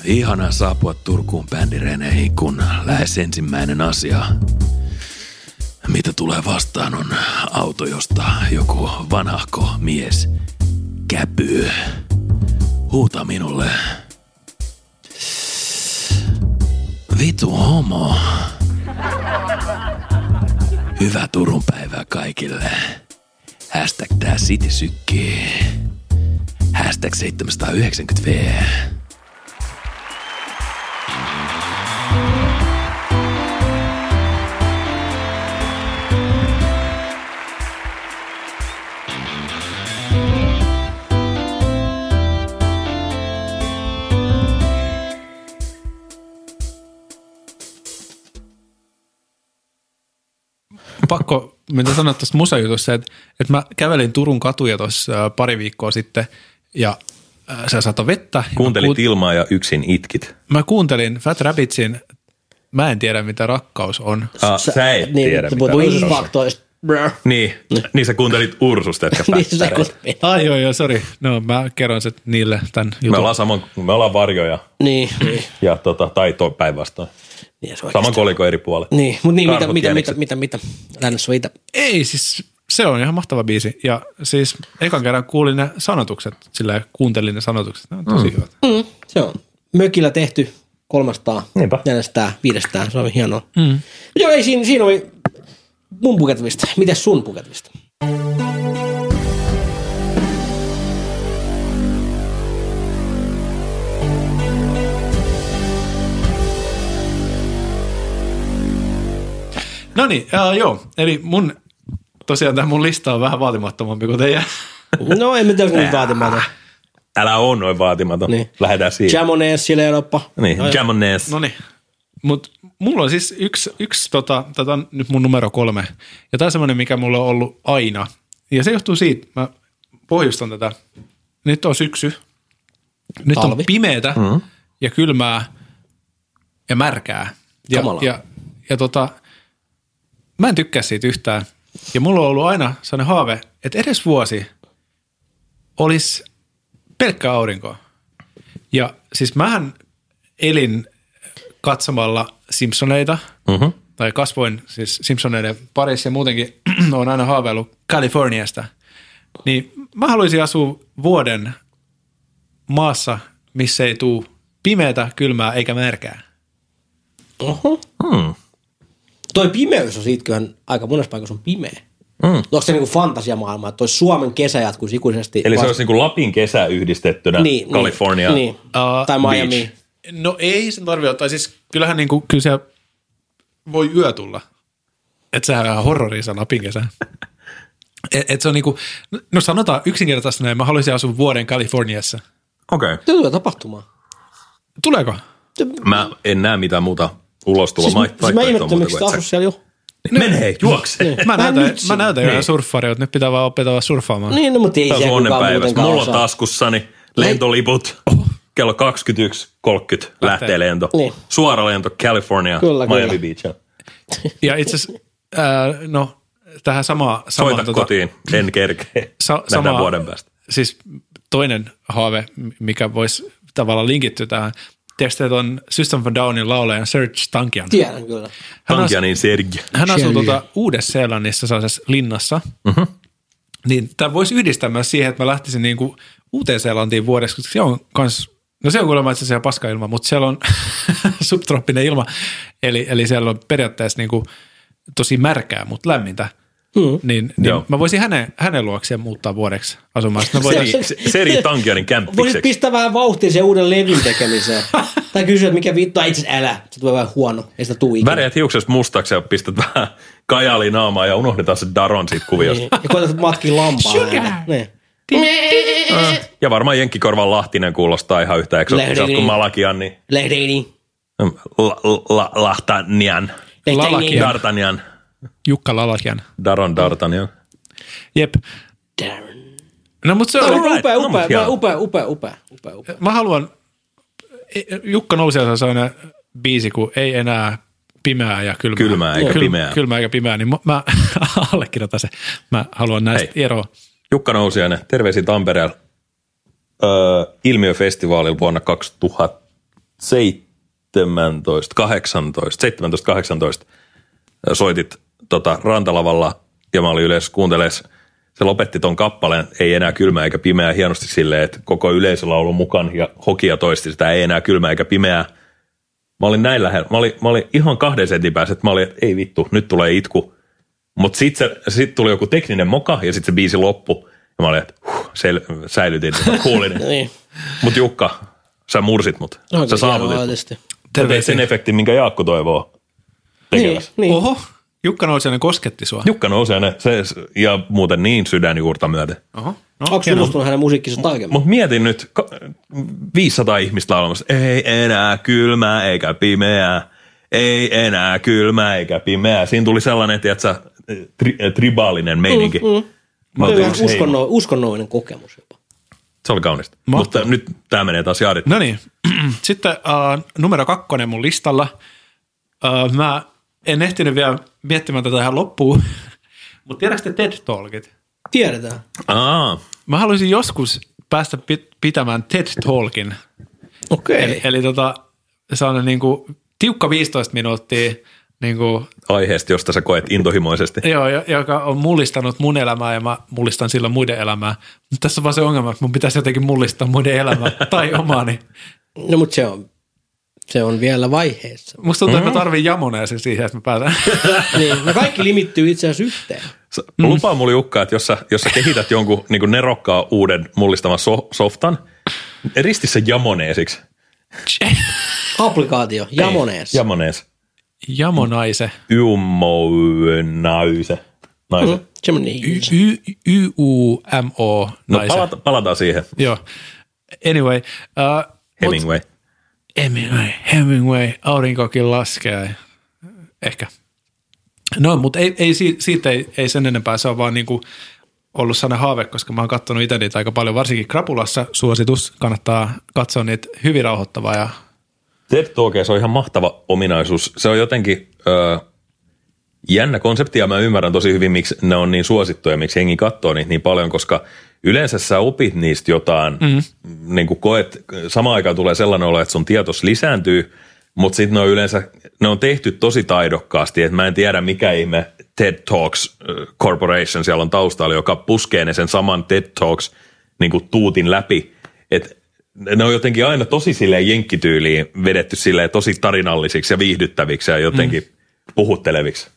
Ihana saapua Turkuun bändireneihin, kun lähes ensimmäinen asia, mitä tulee vastaan, on auto, josta joku vanhahko mies käpyy. Huuta minulle. Vitu homo. Hyvää Turun päivää kaikille. Hashtag tää city sykkii. Hashtag 790V.
mitä sanoit tuosta musajutusta, että, että mä kävelin Turun katuja tuossa äh, pari viikkoa sitten ja äh, se sato vettä. Ja mä
Kuuntelit
kuun-
ilmaa ja yksin itkit.
Mä kuuntelin Fat Rabbitsin Mä en tiedä, mitä rakkaus on.
Ah, sä, et
niin,
tiedä, mitä
mutta voi
rakkaus on.
faktoista. Brr.
Niin, niin sä kuuntelit Ursusta, etkä
Niin sitä kun...
Pättäreitä.
Ai joo, joo, sori. No mä kerron sen niille tämän
Me
jutun.
ollaan, saman, me ollaan varjoja
Niin, niin.
ja tota, tai toi päinvastoin.
Niin, se
Saman
oikeasti.
kolikon eri puolet.
Niin, mutta niin, mitä,
Karhut,
mitä, mitä,
jänikset.
mitä, mitä, lännessä on itä.
Ei, siis se on ihan mahtava biisi. Ja siis ekan kerran kuulin ne sanotukset, sillä kuuntelin ne sanotukset. Ne on tosi mm. hyvät.
Mm, se on mökillä tehty 300,
Niinpä.
400, 500, se on hienoa. Mm. Joo, ei, siinä, siinä oli mun puketvista. Mites sun puketvista?
No niin, äh, joo. Eli mun, tosiaan tämä mun lista on vähän vaatimattomampi kuin teidän.
No en mä tiedä, kun vaatimaton.
Älä oo noin vaatimaton.
Niin.
Niin. Lähdetään siihen. Jam-
Jamonees, siellä Eurooppa.
niin, Jamones.
No niin. Mutta mulla on siis yksi, yksi tota, tätä on nyt mun numero kolme. Ja tämä on semmoinen, mikä mulla on ollut aina. Ja se johtuu siitä, mä pohjustan tätä. Nyt on syksy. Nyt
Talvi.
on pimeätä mm. ja kylmää ja märkää. Ja,
Kamalaa.
ja, ja tota, mä en tykkää siitä yhtään. Ja mulla on ollut aina sellainen haave, että edes vuosi olisi pelkkää aurinkoa. Ja siis mähän elin katsomalla Simpsoneita, mm-hmm. tai kasvoin siis Simpsoneiden parissa ja muutenkin on aina haaveillut Kaliforniasta. Niin mä haluaisin asua vuoden maassa, missä ei tuu pimeätä, kylmää eikä märkää.
Oho.
Hmm.
Toi pimeys on siitä kyllähän aika monessa paikassa on pimeä.
Hmm.
Mm. Onko se niinku fantasiamaailma, että toi Suomen kesä jatkuisi ikuisesti?
Eli se
vai-
olisi niinku Lapin kesä yhdistettynä niin, Kaliforniaan.
Niin, niin.
Uh,
tai
beach.
Miami.
No ei sen tarvitse ottaa. Siis kyllähän niinku, kyllä siellä voi yö tulla. Että sehän on ihan horrorisana pinkesä. Et, et se on niinku, no sanotaan yksinkertaisesti näin, mä haluaisin asua vuoden Kaliforniassa.
Okei. Okay.
Se tulee tapahtumaan.
Tuleeko?
Mä en näe mitään muuta ulostuloa.
Siis, mä, siis mä ihmettelen, miksi sitä asuu siellä jo.
Mene hei, juokse. Niin.
Mä
Mä
näytän,
nyt
mä
sen-
näytän jo surffariot, nyt pitää vaan opetella surffaamaan.
Niin, no, mutta ei
Tämä on
siellä
sun
kukaan
onnenpäivässä.
muutenkaan
Mulla on
osaa. Niin.
taskussani lentoliput. Kello 21.30 lähtee lento.
Niin.
Suora lento California,
Kyllä, kyllä.
Miami Beach.
Ja itse asiassa, äh, no tähän samaa. samaan,
tota-
tota-
Soita kotiin, en kerkeä.
Sa-
Nähdään
samaa-
vuoden päästä.
Siis toinen haave, mikä voisi tavallaan linkittyä tähän. Tiedätkö on System of a Downin laulajan Serge Tankian?
Tiedän kyllä.
Hän asuu,
Tankianin Sergio.
hän asuu
Shelley.
tuota Uudessa-Seelannissa sellaisessa linnassa. Mm-hmm. Niin tämä voisi yhdistää myös siihen, että mä lähtisin niinku Uuteen-Seelantiin vuodeksi, koska se on kans, no se on kuulemma itse asiassa ihan paska ilma, mutta siellä on subtrooppinen ilma, eli, eli siellä on periaatteessa niinku tosi märkää, mutta lämmintä. Mm. Niin, niin
Joo.
mä voisin hänen, hänen luokseen muuttaa vuodeksi asumaan. Sitten me voitais-
Sergi- Sergi Tankianin
Voisit
kämpikseksi.
pistää vähän vauhtia sen uuden levyn tekemiseen. tai kysyä, että mikä vittu, tai itse asiassa älä, se tulee vähän huono, ei sitä tuu ikinä.
Väreät hiukset mustaksi ja pistät vähän kajali naamaa ja unohdetaan se Daron siitä kuviosta.
Niin. Ja koetat matkia lampaa. Sugar! Niin.
Ja varmaan Jenkkikorvan Lahtinen kuulostaa ihan yhtä eksoottiselta
Lähdin.
kuin Malakian, niin
Lehdeini.
la, la, Lahtanian,
Lehdeini.
Lalakia.
Dartanian,
Jukka Lalakian.
Daron Dartanian.
Jep.
Darren.
No mutta se on,
Alright.
Upea,
No, mut
upea,
hieno.
upea, upea, upea, upea, upea.
mä haluan, e, Jukka Nousiaisen se on aina biisi, kun ei enää pimeää ja kylmää.
Kylmää eikä
Kyl-
pimeää.
Kylmää eikä pimeää, niin mä, mä allekirjoitan se. Mä haluan näistä
Hei.
eroa.
Jukka Nousiainen, terveisiä Tampereella öö, ilmiöfestivaalilla vuonna 2017, 18, 17, 18 ö, soitit tota, rantalavalla ja mä olin yleensä kuuntelees. Se lopetti ton kappaleen, ei enää kylmää eikä pimeää hienosti silleen, että koko yleisöllä on ollut mukaan ja hokia toisti sitä, ei enää kylmää eikä pimeää. Mä olin näin lähellä, mä olin, mä olin ihan kahden sentin päässä, että mä olin, että ei vittu, nyt tulee itku. Mutta sitten sit tuli joku tekninen moka ja sitten se biisi loppu. Ja mä olin, että huh, sel, säilytin, kuulin.
Niin.
Mut Jukka, sä mursit mut.
No,
sä
kyllä, hienoa
saavutit.
tietysti.
Terveisiä. sen efektin, minkä Jaakko toivoo
Niin,
tekevässä.
niin.
Oho, Jukka Nousiainen kosketti sua.
Jukka nousee aina, se, ja muuten niin sydänjuurta myöten.
Oho. No,
Onko
hienoa.
tutustunut hänen musiikkinsa tarkemmin?
Mutta mietin nyt, ka- 500 ihmistä laulamassa, ei enää kylmää eikä pimeää, ei enää kylmää eikä pimeää. Siinä tuli sellainen, tiedätkö, tri, tribaalinen meininki. Mm, mm. Mä oltiin
Kyllä,
yksi heimo.
uskonno, uskonnollinen kokemus jopa.
Se oli kaunista. Mutta nyt tämä menee taas jaadit.
No niin, sitten uh, numero kakkonen mun listalla. Uh, mä en ehtinyt vielä miettimään tätä ihan loppuun, mutta tiedätkö te TED Talkit?
Tiedetään.
Aa,
Mä haluaisin joskus päästä pit- pitämään TED Talkin.
Okei.
Eli, eli tota, sellainen niin kuin, tiukka 15 minuuttia, niin kuin,
aiheesta, josta sä koet intohimoisesti.
joo, jo- joka on mullistanut mun elämää ja mä mullistan sillä muiden elämää. Mutta tässä on vaan se ongelma, että mun pitäisi jotenkin mullistaa muiden elämää tai omaani.
No mutta se on, se on vielä vaiheessa.
Musta tuntuu, että mä tarvin jamoneesi siihen, että mä pääsen.
niin, no kaikki limittyy itse asiassa yhteen.
Sä- Lupaa mulle Jukka, että jos sä, jos sä kehität jonkun niin kuin nerokkaa uuden mullistavan so, softan, niin risti se jamoneesiksi.
Applikaatio, jamonees.
Jamonees.
Jamonaise.
Ymonaise. Naise.
Mm, semmoinen
Y-
ihminen.
y- Y-U-M-O.
No
naise.
palata, palataan siihen.
Joo. Anyway. Uh,
Hemingway.
Hemingway, Hemingway, aurinkokin laskee. Ehkä. No, mutta ei, ei, si- siitä ei, ei sen enempää. Se on vaan niinku ollut sellainen haave, koska mä oon katsonut itse niitä aika paljon. Varsinkin Krapulassa suositus. Kannattaa katsoa niitä hyvin rauhoittavaa. Ja,
TED Talkeissa on ihan mahtava ominaisuus. Se on jotenkin ö, jännä konsepti ja mä ymmärrän tosi hyvin, miksi ne on niin suosittuja, miksi jengi katsoo niitä niin paljon, koska yleensä sä opit niistä jotain, mm. niin kuin koet, samaan aikaan tulee sellainen olo, että sun tietos lisääntyy, mutta sitten ne on yleensä, ne on tehty tosi taidokkaasti, että mä en tiedä mikä ihme TED Talks ö, Corporation siellä on taustalla, joka puskee ne sen saman TED Talks niin kuin tuutin läpi, että ne on jotenkin aina tosi silleen jenkkityyliin vedetty silleen tosi tarinallisiksi ja viihdyttäviksi ja jotenkin mm. puhutteleviksi.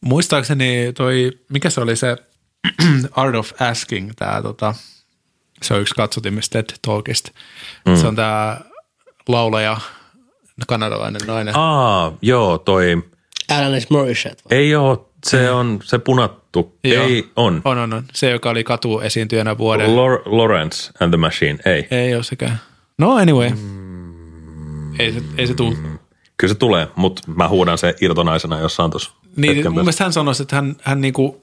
muistaakseni toi, mikä se oli se Art of Asking, tää, tota, se on yksi katsotimmista TED Talkista. Mm. Se on tämä laulaja, kanadalainen nainen.
Aa, joo, toi,
Alanis Morissette. vai?
ei oo, se on, se punattu,
Mm. Joo.
joo. ei, on.
On, on, on. Se, joka oli katu esiintyjänä vuoden.
Lor- Lawrence and the Machine, ei.
Ei ole sekään. No anyway. Niin, Ei se, ei se tuu.
Kyllä se tulee, mutta mä huudan se irtonaisena jossain tuossa.
Niin, mun mielestä hän sanoi, että hän, hän niinku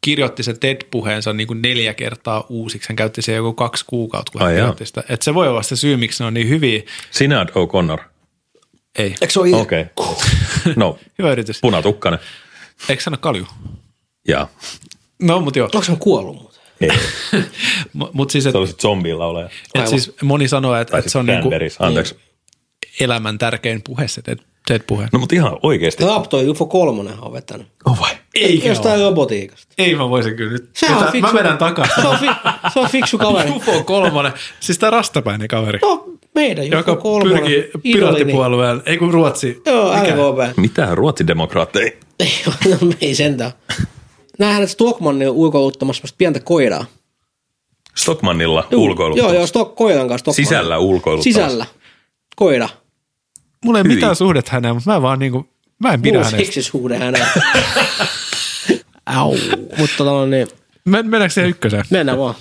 kirjoitti sen TED-puheensa niinku neljä kertaa uusiksi. Hän käytti sen joku kaksi kuukautta, kun hän
Ai jaa.
kirjoitti sitä. Et se voi olla se syy, miksi ne on niin hyviä.
Sinad O'Connor,
Ei.
Eikö se ole itse?
okei. Okay. No,
Hyvä yritys.
punatukkainen.
Eikö sano kalju?
Ja,
No, mutta joo.
Onko se kuollut muuten?
ei,
Mutta siis, et,
se olisi zombilauleja.
et siis moni sanoo, että
Tai
et se on
sitten
niinku
Cranberries, anteeksi.
elämän tärkein puhe se TED- TED-puhe.
No mutta ihan oikeasti.
Tämä toi UFO 3 on vetänyt.
Oh vai?
Eikä
Jostain robotiikasta.
Ei mä voisin kyllä nyt.
Se on
Tätä-
fiksu.
Mä vedän takaisin.
Se on, fi, se on fiksu kaveri.
Ufo kolmonen. Siis tämä rastapäinen kaveri.
No, meidän UFO
joka
kolmonen.
pyrkii
idolini.
piraattipuolueen, ei kun Ruotsi.
Joo, LKP.
Mitä ruotsidemokraatteja?
Ei, no, ei sentään. Nähdään, että Stockmanni on ulkoiluttamassa semmoista pientä koiraa.
Stockmannilla
Juu, Joo,
ulkoiluttamassa.
joo, Stock, koiran kanssa. Stockmanni.
Sisällä ulkoiluttamassa.
Sisällä. Koira.
Mulla ei
Hyvin.
mitään suhdetta häneen, mutta mä vaan niinku, mä en pidä
Mulla on
hänestä.
seksisuhde hänellä. Au. Mutta tota, no niin,
Men, mennäänkö siihen ykköseen?
mennään vaan.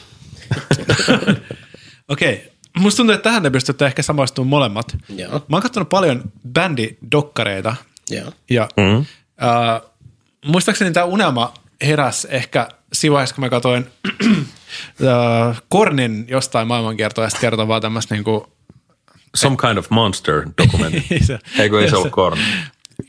Okei. Musta tuntuu, että tähän ne pystytte ehkä samaistumaan molemmat.
Joo.
Mä oon katsonut paljon bändidokkareita.
Joo.
Ja mm. äh, muistaakseni tämä unelma heräs ehkä siinä vaiheessa, kun mä katsoin äh, Kornin jostain maailmankiertoa ja sitten kertovaa tämmöistä niinku,
Some kind of monster dokumentti.
Ei se-
Eikö ei
ei
se
se-
ollut korn?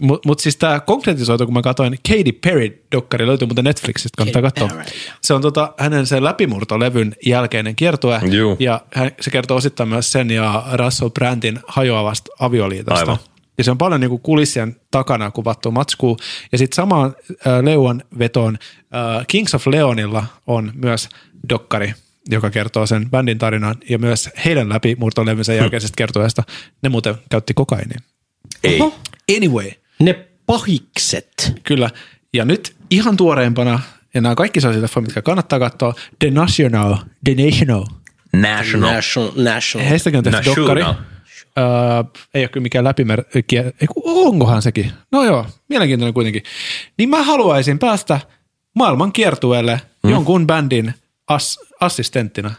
Mutta mut siis tämä konkretisoitu, kun mä katsoin Katy Perry-dokkari, löytyy muuten Netflixistä, kannattaa
Katy
katsoa.
Perry.
Se on tota, hänen sen läpimurtolevyn jälkeinen kiertue,
Juu.
ja hän, se kertoo osittain myös sen ja Russell Brandin hajoavasta avioliitosta.
Aivan.
Ja se on paljon niinku kulissien takana kuvattu matskuu. Ja sitten samaan äh, leuan vetoon äh, Kings of Leonilla on myös dokkari, joka kertoo sen bändin tarinan ja myös heidän
Hm.
läpimurtolevynsä jälkeisestä kertojasta. Ne muuten käytti kokainia.
Ei.
Anyway,
Ne pahikset.
Kyllä. Ja nyt ihan tuoreempana, ja nämä kaikki sellaisia leffoja, mitkä kannattaa katsoa, The National, The National.
National.
National. National.
Heistäkin on tehty
National.
dokkari. Öö, ei ole kyllä mikään läpimer... kie- ei kun Onkohan sekin? No joo, mielenkiintoinen kuitenkin. Niin mä haluaisin
Mm.
päästä maailman kiertueelle jonkun bändin as- assistenttina.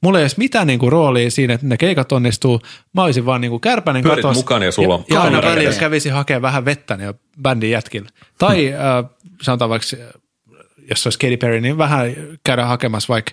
Mulla ei edes mitään niinku roolia siinä, että ne keikat onnistuu. Mä olisin vaan niinku kärpänen
Pyörit
katos.
mukana ja sulla on
ja aina
kamera
välillä
kädessä.
kävisin hakemaan vähän vettä niin bändin jätkillä.
Hmm.
Tai äh, sanotaan vaikka, äh, jos se olisi Katy Perry, niin vähän käydä hakemassa vaikka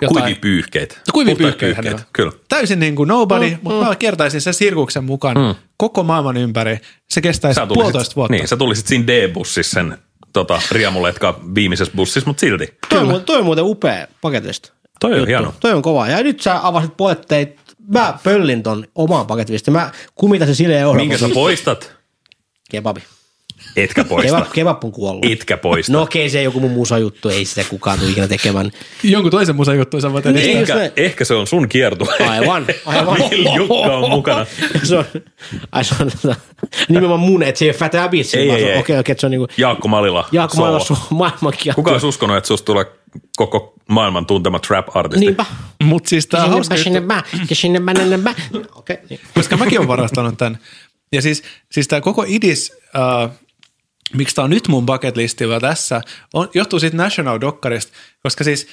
jotain. No,
Kuivipyyhkeet.
Kuivipyyhkeet.
Puhtaat
hänellä.
Kyllä. Hmm.
Täysin niin kuin nobody, mm, mutta mm. mä kiertäisin sen sirkuksen mukaan mm. koko maailman ympäri. Se kestäisi
Sä tulisit-
puolitoista vuotta.
Niin, sä tulisit siinä D-bussissa sen tota, riemuletka viimeisessä bussissa, mutta silti.
Toi, on, mu- toi on muuten upea paketista.
Toi on hieno.
Toi on kova. Ja nyt sä avasit puolet teit. Mä pöllin ton omaan paketvistin. Mä kumitan se sille euroon.
Minkä sä poistat?
Kebabi.
Etkä poista.
Kebab, kebab on kuollut.
Etkä poista.
No okei, se ei joku mun musa juttu, ei sitä kukaan tule ikinä tekemään.
Jonkun toisen musan juttu sä voit edes
Niin. just
ehkä,
näin.
ehkä se on sun kiertu.
Aivan, aivan.
Jukka on mukana.
se on, ai se on tota, nimenomaan mun, että se ei ole Fat Abyss.
Ei,
vaan
ei,
se on-
ei.
Okei, okei, että se on niinku
Jaakko Malila.
Jaakko
solo.
maailman su- maailmankielto.
Kuka olisi uskonut, että susta tulee koko maailman tuntema trap-artisti?
Niinpä.
Mutta siis tää on hauska
Sinne,
juttu.
sinne, mä, ja sinne, mä, sinne, mä. Okei. niin.
koska mäkin olen varastanut tämän. Ja siis, siis tämä koko idis, äh, miksi tämä on nyt mun bucket listillä tässä, on, johtuu siitä National Dokkarista, koska siis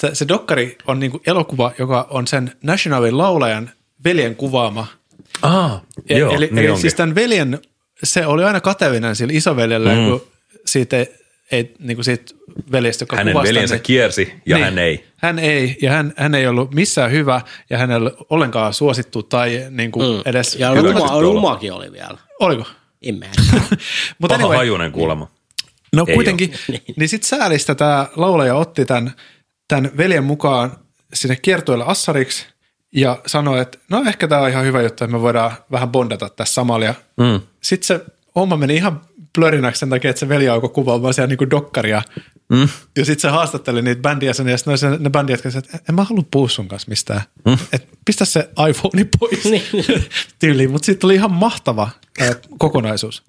t- se Dokkari on niinku elokuva, joka on sen Nationalin laulajan veljen kuvaama.
Ah,
E-
joo,
eli
niin
eli
onkin.
siis tämän veljen, se oli aina katevinen sillä isoveljellä, mm. kun siitä ei, ei niinku siitä veljestä, joka
Hänen
kuvasi tän,
veljensä
niin-
kiersi ja hän ei.
hän ei, ja hän, hän ei ollut missään hyvä, ja hänellä ollenkaan suosittu tai niin kuin mm. edes...
Ja
Jotain-
luma, lumakin oli vielä.
Oliko?
En mä.
Mutta
Paha
anyway,
hajunen kuulemma.
no
Ei
kuitenkin, niin sitten säälistä tämä laulaja otti tämän, tämän veljen mukaan sinne kiertueelle assariksi ja sanoi, että no ehkä tämä on ihan hyvä juttu, että me voidaan vähän bondata tässä samalla. Ja mm. sitten se homma meni ihan plörinäksi sen takia, että se veli alkoi kuvaamaan siellä niinku dokkaria. Mm. Ja sitten se haastatteli niitä bändiä sen, ja sitten ne, ne bändit, jotka sanoivat, että en mä halua puhua sun kanssa mistään. Mm. Et pistä se iPhone pois
Niin.
tyyliin, mutta siitä tuli ihan mahtava ää, kokonaisuus.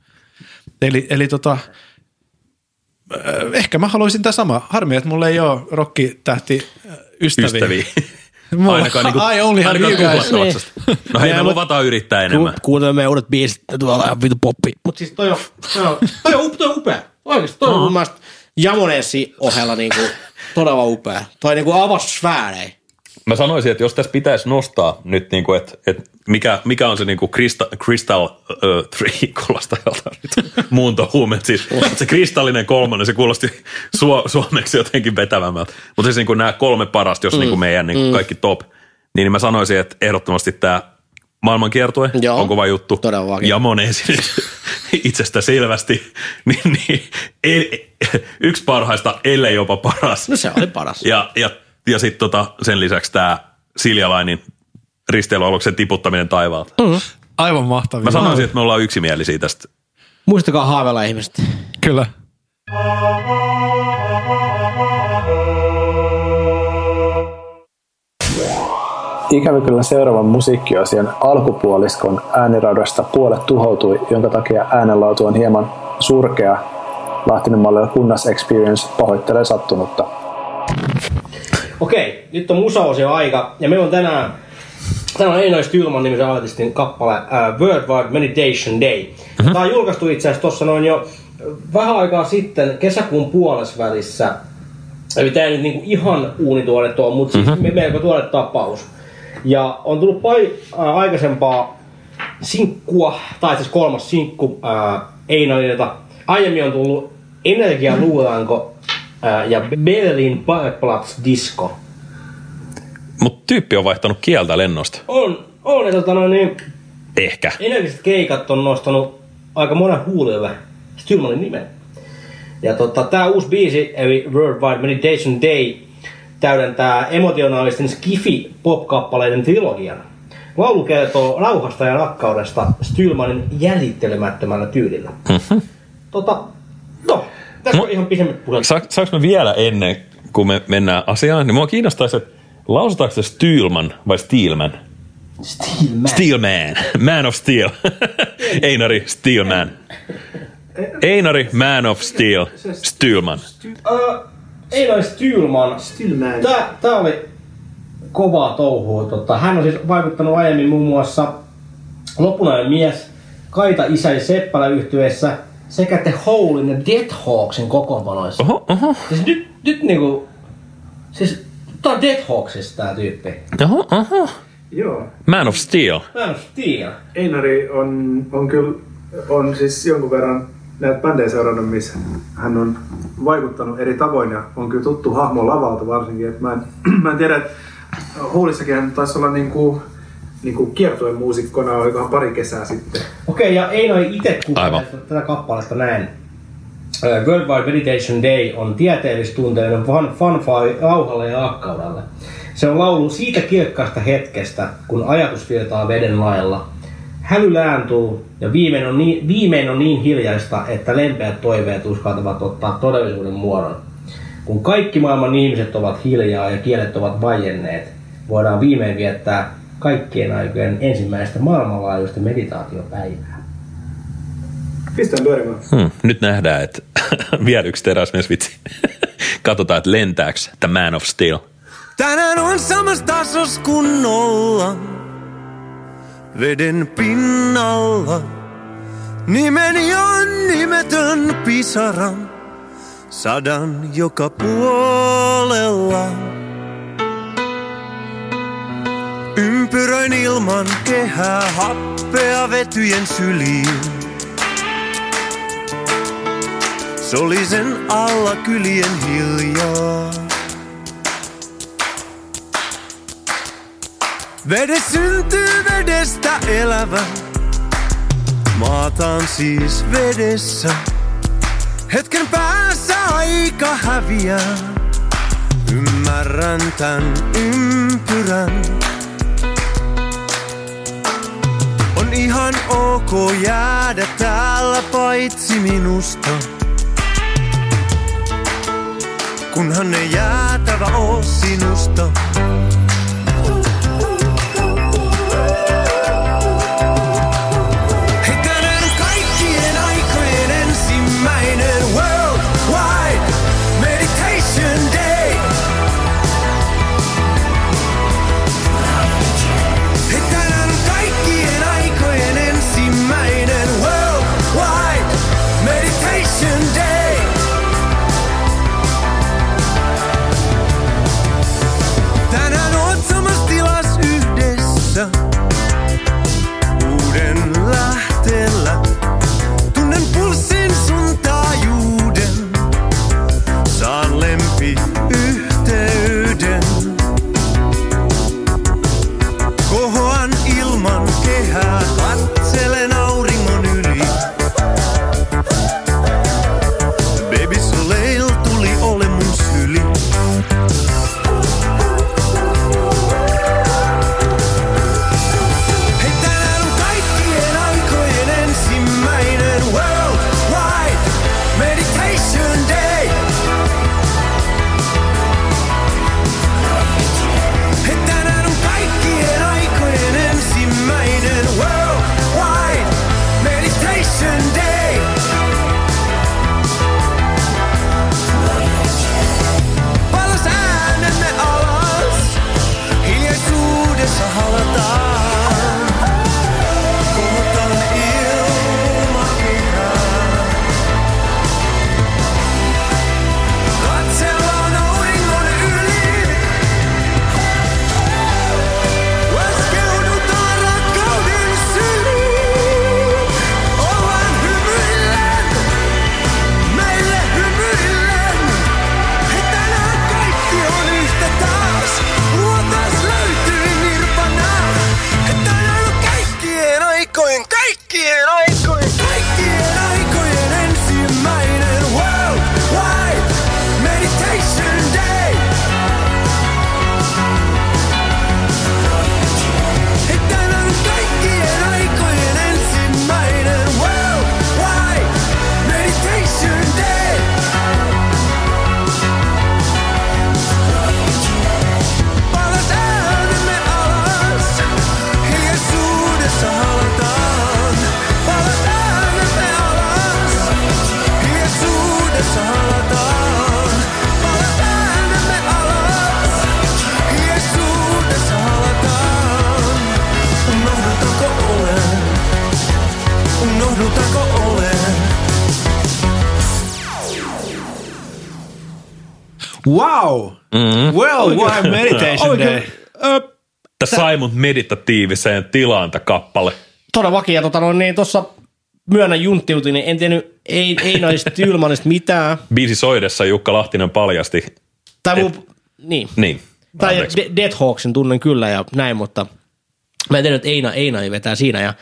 Eli, eli tota, äh, ehkä mä haluaisin tämä sama. Harmi, että mulla ei ole rokkitähti äh, ystäviä.
Ystäviä.
Mulla,
Ainakaan niinku,
ai, only have
ainakaan
you guys.
tuplasta otsasta. No hei, me luvataan yrittää enemmän.
Ku- Kuuntele meidän uudet biisit, ne tuolla ihan vitu poppi. Mut siis toi on, toi on, toi on, up- toi on upea. Oikeesti, toi on mun mielestä Jamonessi ohella niinku todella upea. Toi niinku avasi sfäärejä.
Mä sanoisin, että jos tässä pitäisi nostaa nyt, niin kuin, että, että mikä, mikä on se niin kuin krista, Crystal uh, Three, kuulostaa joltain nyt muuntohuumeet. Siis, se kristallinen kolmonen, se kuulosti su, suomeksi jotenkin vetävämmältä. Mutta siis niin kuin nämä kolme parasta, jos mm. niin kuin meidän niin kuin kaikki top, niin mä sanoisin, että ehdottomasti tämä maailman kiertue
Joo.
on kova juttu.
Todellakin.
Ja monen esitys itsestä selvästi. Niin, niin, ei- yksi parhaista, ellei jopa paras.
No se oli paras.
Ja, ja, ja sitten tota, sen lisäksi tämä Siljalainin risteilyaluksen tiputtaminen taivaalta. Mm.
Aivan mahtavia.
Mä sanoisin, että me ollaan yksimielisiä tästä.
Muistakaa haaveilla ihmiset.
Kyllä.
Ikävä kyllä seuraavan musiikkiasian alkupuoliskon ääniradoista puolet tuhoutui, jonka takia äänenlaatu on hieman surkea. Lahtinen mallilla kunnas experience pahoittelee sattunutta.
Okei, nyt on musaosio aika ja meillä on tänään Tämä on Einois Tylman nimisen artistin kappale uh, Worldwide Meditation Day. Mm-hmm. Tämä on julkaistu itse asiassa tuossa noin jo äh, vähän aikaa sitten kesäkuun puolesvälissä. Eli tämä ei nyt niinku ihan uunituoretta ole, mutta mm-hmm. siis me- melko tuore tapaus. Ja on tullut pari uh, aikaisempaa sinkkua, tai siis kolmas sinkku uh, Einolilta. Aiemmin on tullut Energia Luulanko uh, ja Berlin Parkplatz Disco.
Mutta tyyppi on vaihtanut kieltä lennosta.
On, on, ja tota noin, niin
Ehkä.
energiset keikat on nostanut aika monen huulille Styrmanin nimen. Ja tota, tää uusi biisi, eli Worldwide Meditation Day, täydentää emotionaalisten skifi-pop-kappaleiden trilogian. Laulu kertoo rauhasta ja rakkaudesta Styrmanin jäljittelemättömällä tyylillä. tota, no, tässä on ihan pisemmät puheet.
Sa- saanko me vielä ennen kuin me mennään asiaan, niin mua kiinnostaisi, että lausutaanko se Steelman vai Steelman?
Steelman.
Steelman. Man of Steel. Einari Steelman. Einari Man of Steel. Steelman.
Öö, ei ole Stylman. Stylman. Tää, tää oli kovaa touhua. Tota, hän on siis vaikuttanut aiemmin muun muassa Lopunainen mies, Kaita isäni Seppälä yhtyeessä sekä The Holein ja Death Hawksin kokoonpanoissa.
Oho, oho.
Siis nyt, nyt niinku, siis Tää on Death Hawksista tää tyyppi.
Oho, oho.
Joo.
Man of Steel.
Mä en tiedä.
Einari on, on kyllä, on siis jonkun verran näitä bändejä seurannut, missä hän on vaikuttanut eri tavoin ja on kyllä tuttu hahmo lavalta varsinkin. Et mä, en, mä en tiedä, että huulissakin hän taisi olla niinku, niinku kiertojen muusikkona, olikohan pari kesää sitten.
Okei, ja ei noin itse
Aivan.
tätä kappaletta näin. Ö, Worldwide Meditation Day on tieteellistunteinen fan, fanfaa rauhalle ja rakkaudelle. Se on laulu siitä kirkkaasta hetkestä, kun ajatus virtaa veden lailla. Häly lääntuu ja viimein on, niin, viimein on niin hiljaista, että lempeät toiveet uskaltavat ottaa todellisuuden muodon. Kun kaikki maailman ihmiset ovat hiljaa ja kielet ovat vaienneet, voidaan viimein viettää kaikkien aikojen ensimmäistä maailmanlaajuista meditaatiopäivää.
Pistän pyörimään.
Hmm. Nyt nähdään, että vielä yksi teräsmiesvitsi. Katsotaan, että lentääks The Man of Steel.
Tänään on samassa tasossa kuin olla veden pinnalla. Nimeni on nimetön pisara, sadan joka puolella. Ympyröin ilman kehää, happea vetyjen syliin. Solisen alla kylien hiljaa. Vedes syntyy vedestä elävä. Maataan siis vedessä. Hetken päässä aika häviää. Ymmärrän tän ympyrän. On ihan ok jäädä täällä paitsi minusta. Kunhan ei jäätävä oo sinusta. Hei, tänään on kaikkien aikojen ensimmäinen Worldwide Meditation Day. Hei, tänään on kaikkien aikojen ensimmäinen Worldwide Meditation Day. Tänään jako
Wow! Mm-hmm. Worldwide Meditation Day.
Ö, Tämä sai mut meditatiiviseen tilaan tämä kappale.
Todellakin, ja tota, no, niin tuossa myönnän junttiutin, niin en tiennyt, ei, ei noista Tylmanista mitään.
Biisi soidessa Jukka Lahtinen paljasti.
Tai muu, niin.
Niin.
Tai
Anteeksi.
De- Death Hawksin tunnen kyllä ja näin, mutta mä en tiedä, että Eina, Eina ei vetää siinä. Ja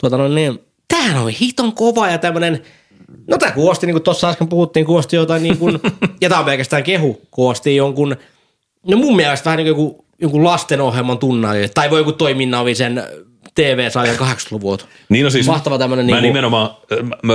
tuota no niin, tämähän on hiton kova ja tämmönen, no tää kuosti, niin kuin tuossa äsken puhuttiin, kuosti jotain niin kuin, ja tää on pelkästään kehu, kuosti jonkun, no mun mielestä vähän niin kuin joku, jonkun lastenohjelman tunnaali, tai voi joku toiminnallisen TV-sarjan 80-luvulta.
Niin no siis,
Mahtava tämmönen
mä
niinku-
nimenomaan, mä- mä,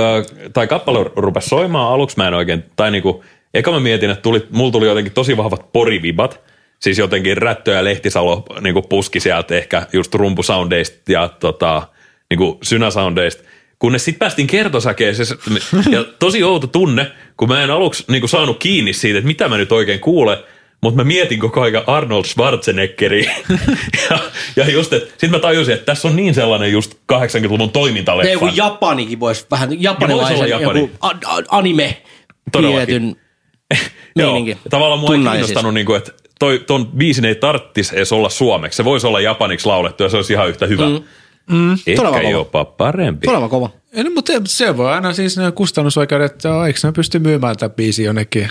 tai kappale rupesi soimaan, aluksi mä en oikein, tai niinku, eka mä mietin, että tuli, mulla tuli jotenkin tosi vahvat porivibat, siis jotenkin Rättö ja Lehtisalo niinku puski sieltä ehkä just rumpusoundeista ja tota, niinku synäsoundeista, kunnes sitten päästiin kertosäkeeseen ja tosi outo tunne, kun mä en aluksi niinku saanut kiinni siitä, että mitä mä nyt oikein kuulen, mutta mä mietin koko aika Arnold Schwarzeneggeriä. ja, ja just, että sit mä tajusin, että tässä on niin sellainen just 80-luvun toimintaleffa.
Ja No joku Japanikin voisi vähän,
olla
japanilaisen
Japani.
joku a- a- anime
Todellakin.
piirretyn meininki.
Tavallaan mua ei
Tunnaisista.
kiinnostanut, niin kuin, että toi, ton biisin ei tarttis edes olla suomeksi. Se voisi olla japaniksi laulettu ja se olisi ihan yhtä hyvä. Mm. Mm.
Todella
Ehkä
kova.
jopa parempi.
Todella kova.
Ei, no, mutta se voi aina siis ne kustannusoikeudet, joo, eikö ne pysty myymään tämän biisin jonnekin?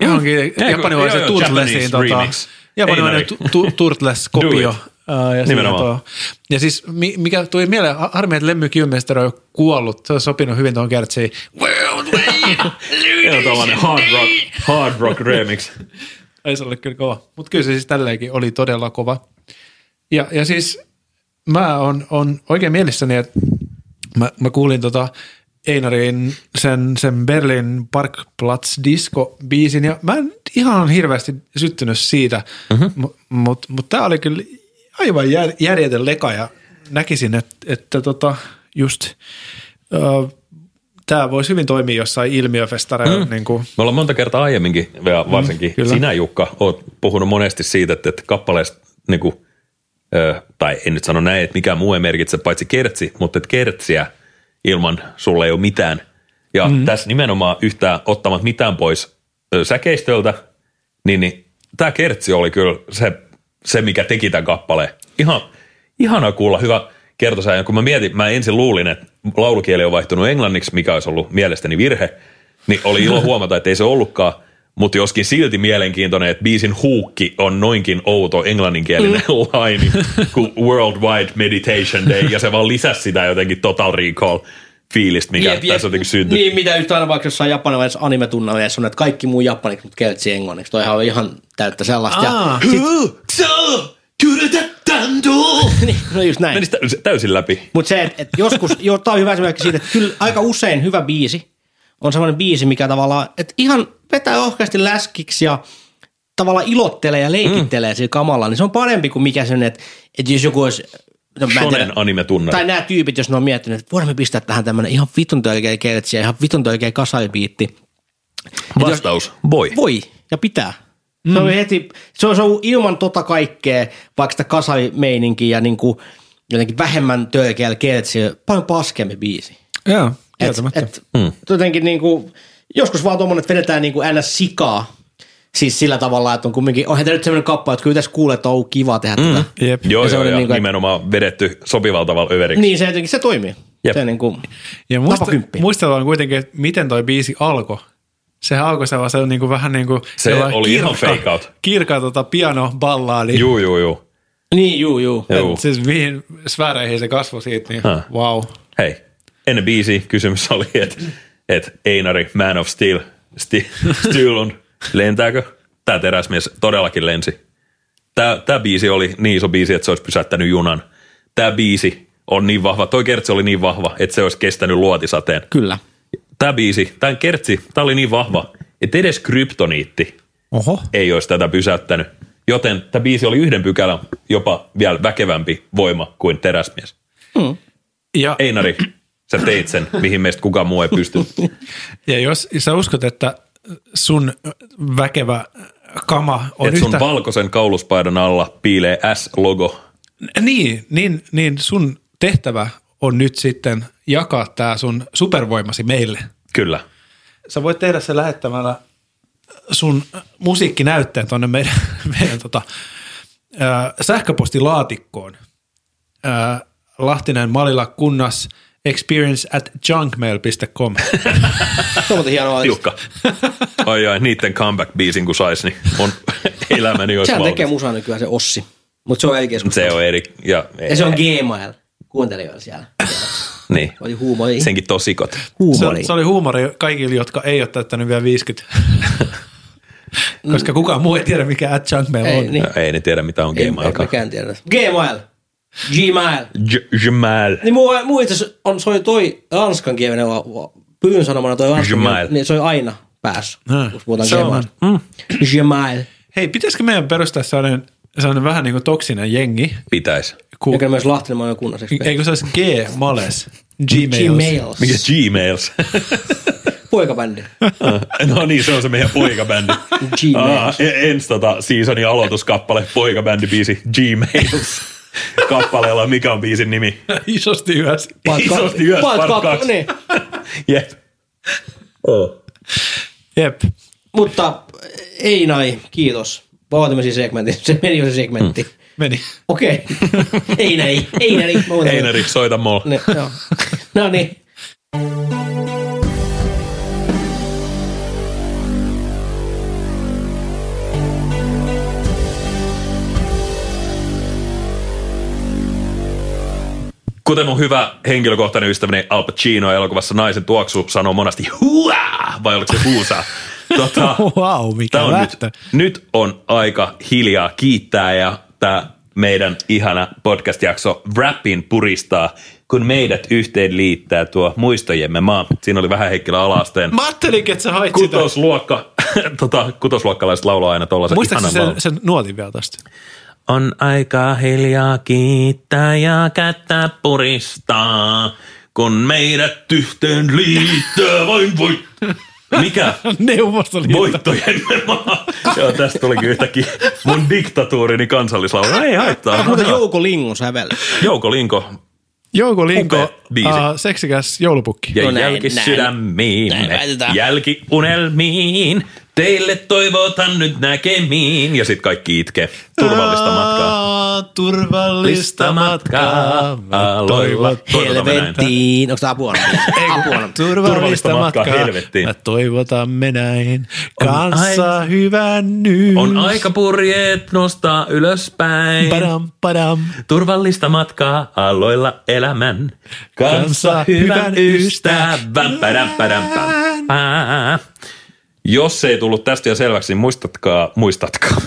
Johonkin
kun-
japanilaisen
joo, joo, Japanese
Turtlesiin. Tota,
remix.
japanilainen
Ei
tu- tu- Turtles-kopio.
Do it.
Ää, ja
Nimenomaan.
siinä tuo- Ja siis mi- mikä tuli mieleen, ha- harmi, että Lemmy Kilmister on jo kuollut. Se on sopinut hyvin tuohon kertsiin.
Joo, tällainen hard rock, hard rock remix.
Ei se ole kyllä kova. Mutta kyllä se siis tälleenkin oli todella kova. Ja, ja siis mä on, on oikein mielissäni, että mä, mä kuulin tota Einarin sen, sen Berlin Parkplatz disco biisin ja mä en ihan hirveästi syttynyt siitä, mm-hmm. mutta mut tää oli kyllä aivan jär, järjetön leka ja näkisin, että, että tota just ö, tää voisi hyvin toimia jossain ilmiöfestareilla. Mm. Niin kuin,
Me ollaan monta kertaa aiemminkin, ja varsinkin mm,
kyllä.
sinä Jukka, oot puhunut monesti siitä, että, että kappaleesta, niin kuin, ö, tai en nyt sano näin, että mikään muu ei merkitse paitsi kertsi, mutta että kertsiä ilman sulle ei ole mitään. Ja mm. tässä nimenomaan yhtään ottamat mitään pois ö, säkeistöltä, niin, niin tämä kertsi oli kyllä se, se mikä teki tämän kappaleen. Ihan, ihana kuulla, hyvä kertosäin. Kun mä mietin, mä ensin luulin, että laulukieli on vaihtunut englanniksi, mikä olisi ollut mielestäni virhe, niin oli ilo huomata, että ei se ollutkaan. Mutta joskin silti mielenkiintoinen, että biisin huukki on noinkin outo englanninkielinen mm. laini kuin Worldwide Meditation Day, ja se vaan lisäsi sitä jotenkin Total Recall-fiilistä, mikä jep, jep. tässä jotenkin syntyi.
Niin, mitä yhtä aina vaikka jossain japanilaisessa anime-tunnareissa on, että kaikki muu japaniksi, mutta keltsi englanniksi. Toihan on ihan täyttä sellaista. Ja
Aa.
niin, no just näin.
Meni tä- täysin läpi.
Mutta se, että et joskus, jo, tää on hyvä esimerkki siitä, että kyllä aika usein hyvä biisi on sellainen biisi, mikä tavallaan, että ihan vetää ohkeasti läskiksi ja tavallaan ilottelee ja leikittelee mm. sillä kamalla, niin se on parempi kuin mikä sen, että, että jos joku olisi... No, mä en tiedä.
Shonen anime tunnari.
Tai nämä tyypit, jos ne on miettinyt, että voidaan me pistää tähän tämmöinen ihan vitun törkeä kertsiä, ihan vitun törkeä kasaribiitti.
Vastaus, voi.
Voi, ja pitää. Mm. Se on heti, se on, se on ilman tota kaikkea, vaikka sitä kasarimeininkiä ja niin kuin jotenkin vähemmän törkeällä kertsiä, paljon paskempi biisi.
joo,
Et,
kieltämättä.
et, mm. jotenkin niin kuin, joskus vaan tuommoinen, että vedetään niin kuin ns. sikaa, Siis sillä tavalla, että on kumminkin, onhan tämä nyt sellainen kappale, että kyllä tässä kuulee, että on ollut kiva tehdä mm. tätä.
Jep.
Joo,
Ja se
joo,
oli
joo,
niinku, et-
nimenomaan vedetty sopivalla tavalla överiksi.
Niin, se jotenkin, se toimii.
Jep.
Se niin kuin,
Ja muista,
Tapa kymppi.
muistellaan kuitenkin, että miten toi biisi alkoi. Sehän alkoi sellaisen niin kuin, vähän niin kuin
Se
sellainen
oli ihan fake out.
Kirkka tota, piano ballaadi.
Juu, juu, juu.
niin, juu, juu.
juu.
Siis mihin sfääreihin se kasvoi siitä, niin
Häh.
wow.
Hei, ennen biisi kysymys oli, että et Einari, Man of Steel, sti, Steel on, lentääkö? Tämä teräsmies todellakin lensi. Tämä, tämä biisi oli niin iso biisi, että se olisi pysäyttänyt junan. Tämä biisi on niin vahva, toi kertsi oli niin vahva, että se olisi kestänyt luotisateen.
Kyllä.
Tämä biisi, tämä kertsi, tämä oli niin vahva, että edes kryptoniitti
Oho.
ei olisi tätä pysäyttänyt. Joten tämä biisi oli yhden pykälän jopa vielä väkevämpi voima kuin teräsmies.
Ja,
Einari, sä teit sen, mihin meistä kukaan muu ei pysty.
ja jos sä uskot, että sun väkevä kama on
Että sun
yhtä...
valkoisen kauluspaidan alla piilee S-logo.
niin, niin, niin sun tehtävä on nyt sitten jakaa tämä sun supervoimasi meille.
Kyllä.
Sä voit tehdä se lähettämällä sun musiikkinäytteen tuonne meidän, meidän tota, äh, sähköpostilaatikkoon. Äh, Lahtinen Malila kunnas experience at junkmail.com.
Se on muuten hienoa.
Tiukka. Ai ai, niiden comeback-biisin kun sais, niin on elämäni olisi
Sehän
valmis.
tekee musaa nykyään se Ossi. Mutta se on eri keskustelu.
Se on eri. Ja,
Ja se on Gmail. Kuuntelijoilla siellä.
Niin.
Oli huumori.
Senkin tosikot.
se,
Huumori.
se oli huumori kaikille, jotka ei ole täyttänyt vielä 50. Koska kukaan muu ei tiedä, mikä at junkmail
Ei,
on.
niin.
No, ei ne tiedä, mitä on
Ei,
game aika.
Mekään tiedä. Gmail. Gmail.
J- Jamal.
Niin muu, muu itse asiassa on, se oli toi ranskan kielinen, va- va- pyyn sanomana toi ranskan
Gmail.
kielinen, niin se on aina päässä,
Hmm.
kun puhutaan
Se on.
Gmail. Gmail,
Hei, pitäisikö meidän perustaa sellainen, sellainen vähän niin kuin toksinen jengi?
Pitäis.
Ku,
joka on myös Lahtinen maailman kunnas
eikö se olisi G-males? Gmails.
Gmails.
Mikä Gmails?
Poikabändi.
no niin, se on se meidän poikabändi. Ah,
Gmails.
e- ensi tota, seasonin aloituskappale, poikabändibiisi Gmails. Kappaleella, mikä on biisin nimi?
Isosti yhdessä.
Isosti ylös, part
kak-
kaksi.
Niin.
Jep. Oh.
Jep.
Mutta ei näin, kiitos. Vaatimme siis segmentin. Se meni jo se segmentti.
Mm.
Meni.
Okei. ei näin, ei näin. Mä otan-
Einari, soita mulle.
Ne, joo. no niin.
Kuten on hyvä henkilökohtainen ystäväni Al Pacino elokuvassa Naisen tuoksu sanoo monesti huuaa, vai oliko se huusaa? Tota,
Wow, mikä
tää on nyt,
lähtö.
nyt on aika hiljaa kiittää ja tämä meidän ihana podcast-jakso Wrapin puristaa, kun meidät yhteen liittää tuo muistojemme maa. Siinä oli vähän Heikkilä alasteen.
Mä ajattelinkin, että sä hait sitä.
Kutosluokka, tota, kutosluokkalaiset laulaa aina tollasen
Muistaakseni
ihanan laulun.
sen, sen nuotin vielä tosta?
On aika hiljaa kiittää ja kättä puristaa, kun meidät yhteen liittää vain voit. Mikä?
Neuvostoliitto.
Voittojen maa. Joo, tästä tuli yhtäkkiä mun diktatuurini kansallislaulu. No Ei haittaa. No,
Mutta
joo.
Jouko Lingon sävel.
Jouko Linko
Jouko Linko,
Upea biisi.
uh, seksikäs joulupukki.
ja
No
no
näin,
jälki
näin.
sydämiin,
Näin väitetään.
jälki unelmiin. Teille toivotan nyt näkemiin. Ja sit kaikki itkee. Turvallista matkaa.
Aa, Turvallista matkaa. Mä toivon.
Toivotamme näin.
Helvettiin. Onko tämä apuona? apuona.
Turvallista
Turvallista matkaa
matkaa.
helvettiin.
Mä toivotamme näin.
On
Kanssa hyvän nyt.
On aika purjeet nostaa ylöspäin.
Padam, padam.
Turvallista matkaa aloilla elämän.
Kanssa
Kanssa hyvän
hyvän
ystävän. Padam, padam, padam, padam. Jos ei tullut tästä jo selväksi, niin muistatkaa, muistatkaa.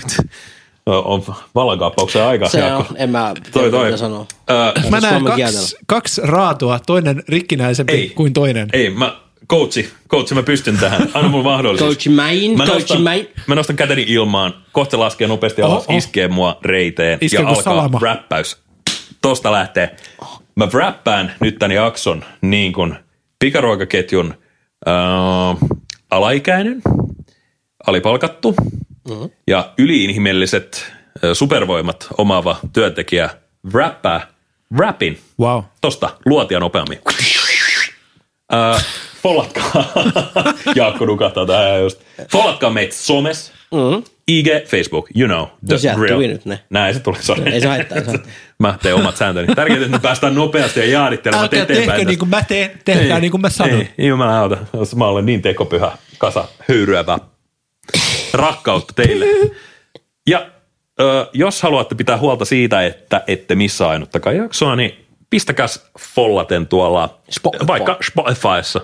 No, On vallankaappauksen aika.
Se on,
Jaakko.
en mä
Toi, toi.
mitä sanoa.
Ö,
Mä näen
Suomen
kaksi,
kielellä.
kaksi raatua, toinen rikkinäisempi
Ei.
kuin toinen.
ei, mä, coachi, coachi, mä pystyn tähän. Anna mulle mahdollisuus.
Coach Main,
Mä
Coach
nostan,
Main.
mä nostan käteni ilmaan, kohta laskee nopeasti
Oho,
alas,
oho.
iskee mua reiteen
Iskeekö
ja alkaa
salama?
räppäys. Tosta lähtee. Mä räppään nyt tän jakson niin kuin pikaruokaketjun äh, alaikäinen, alipalkattu
Mm-hmm.
ja yliinhimilliset äh, supervoimat omaava työntekijä räppää rapin
Wow.
tosta luotia nopeammin. Äh, follatkaa. Jaakko nukahtaa tähän just. Follatkaa meitä somes. Mm-hmm. IG, Facebook, you know, the
No sieltä
real.
tuli nyt ne.
Näin se tuli, sorry.
Ei se haittaa, ei se haittaa.
Mä teen omat sääntöni. Tärkeintä, että me päästään nopeasti ja jaadittelemaan
Älkää tehkö
eteenpäin.
niin kuin mä teen, tehkää niin kuin mä sanon.
Ei, jumalauta. Jos Mä olen niin tekopyhä kasa höyryävä. Rakkautta teille. Ja ö, jos haluatte pitää huolta siitä, että ette missaa ainuttakaan jaksoa, niin pistäkäs follaten tuolla
Spotify.
vaikka Spotifyssa.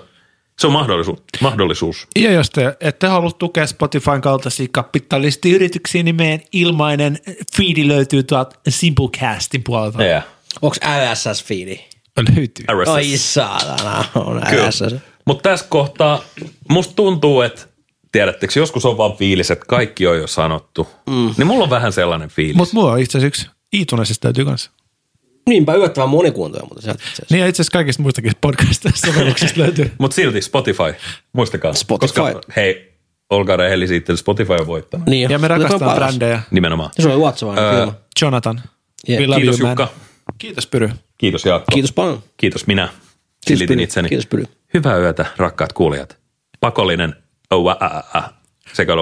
Se on mahdollisuus. mahdollisuus.
Ja jos te ette halua tukea Spotifyn kaltaisia kapitalistiyrityksiä, niin meidän ilmainen feedi löytyy tuolta Simplecastin puolelta.
Yeah.
Onks LSS-fiili?
Löytyy.
Ai saatana, on LSS.
Mutta tässä kohtaa musta tuntuu, että tiedättekö, joskus on vaan fiilis, että kaikki on jo sanottu. Mm. Niin mulla on vähän sellainen fiilis.
Mutta mulla on itse asiassa yksi. Iitunesista täytyy kanssa.
Niinpä yllättävän monikuntoja, mutta se on itse asiassa.
Niin ja itse asiassa kaikista muistakin podcasteista sovelluksista löytyy.
Mutta silti Spotify, muistakaa.
Spotify.
Koska, hei, olkaa rehellisiä itselle, Spotify on voittanut. Niin.
Niin,
Ja me rakastamme
paras.
brändejä.
Nimenomaan.
Se on luotsavainen
Öö,
kyllä.
Jonathan.
Jep.
we love
Kiitos
you, man.
Jukka.
Kiitos Pyry.
Kiitos Jaakko.
Kiitos paljon.
Kiitos minä.
Kiitos
Silitin
Pyry.
itseni.
Kiitos Pyry.
Hyvää yötä, rakkaat kuulijat. Pakollinen. Oh, ah, ah, ah. sekä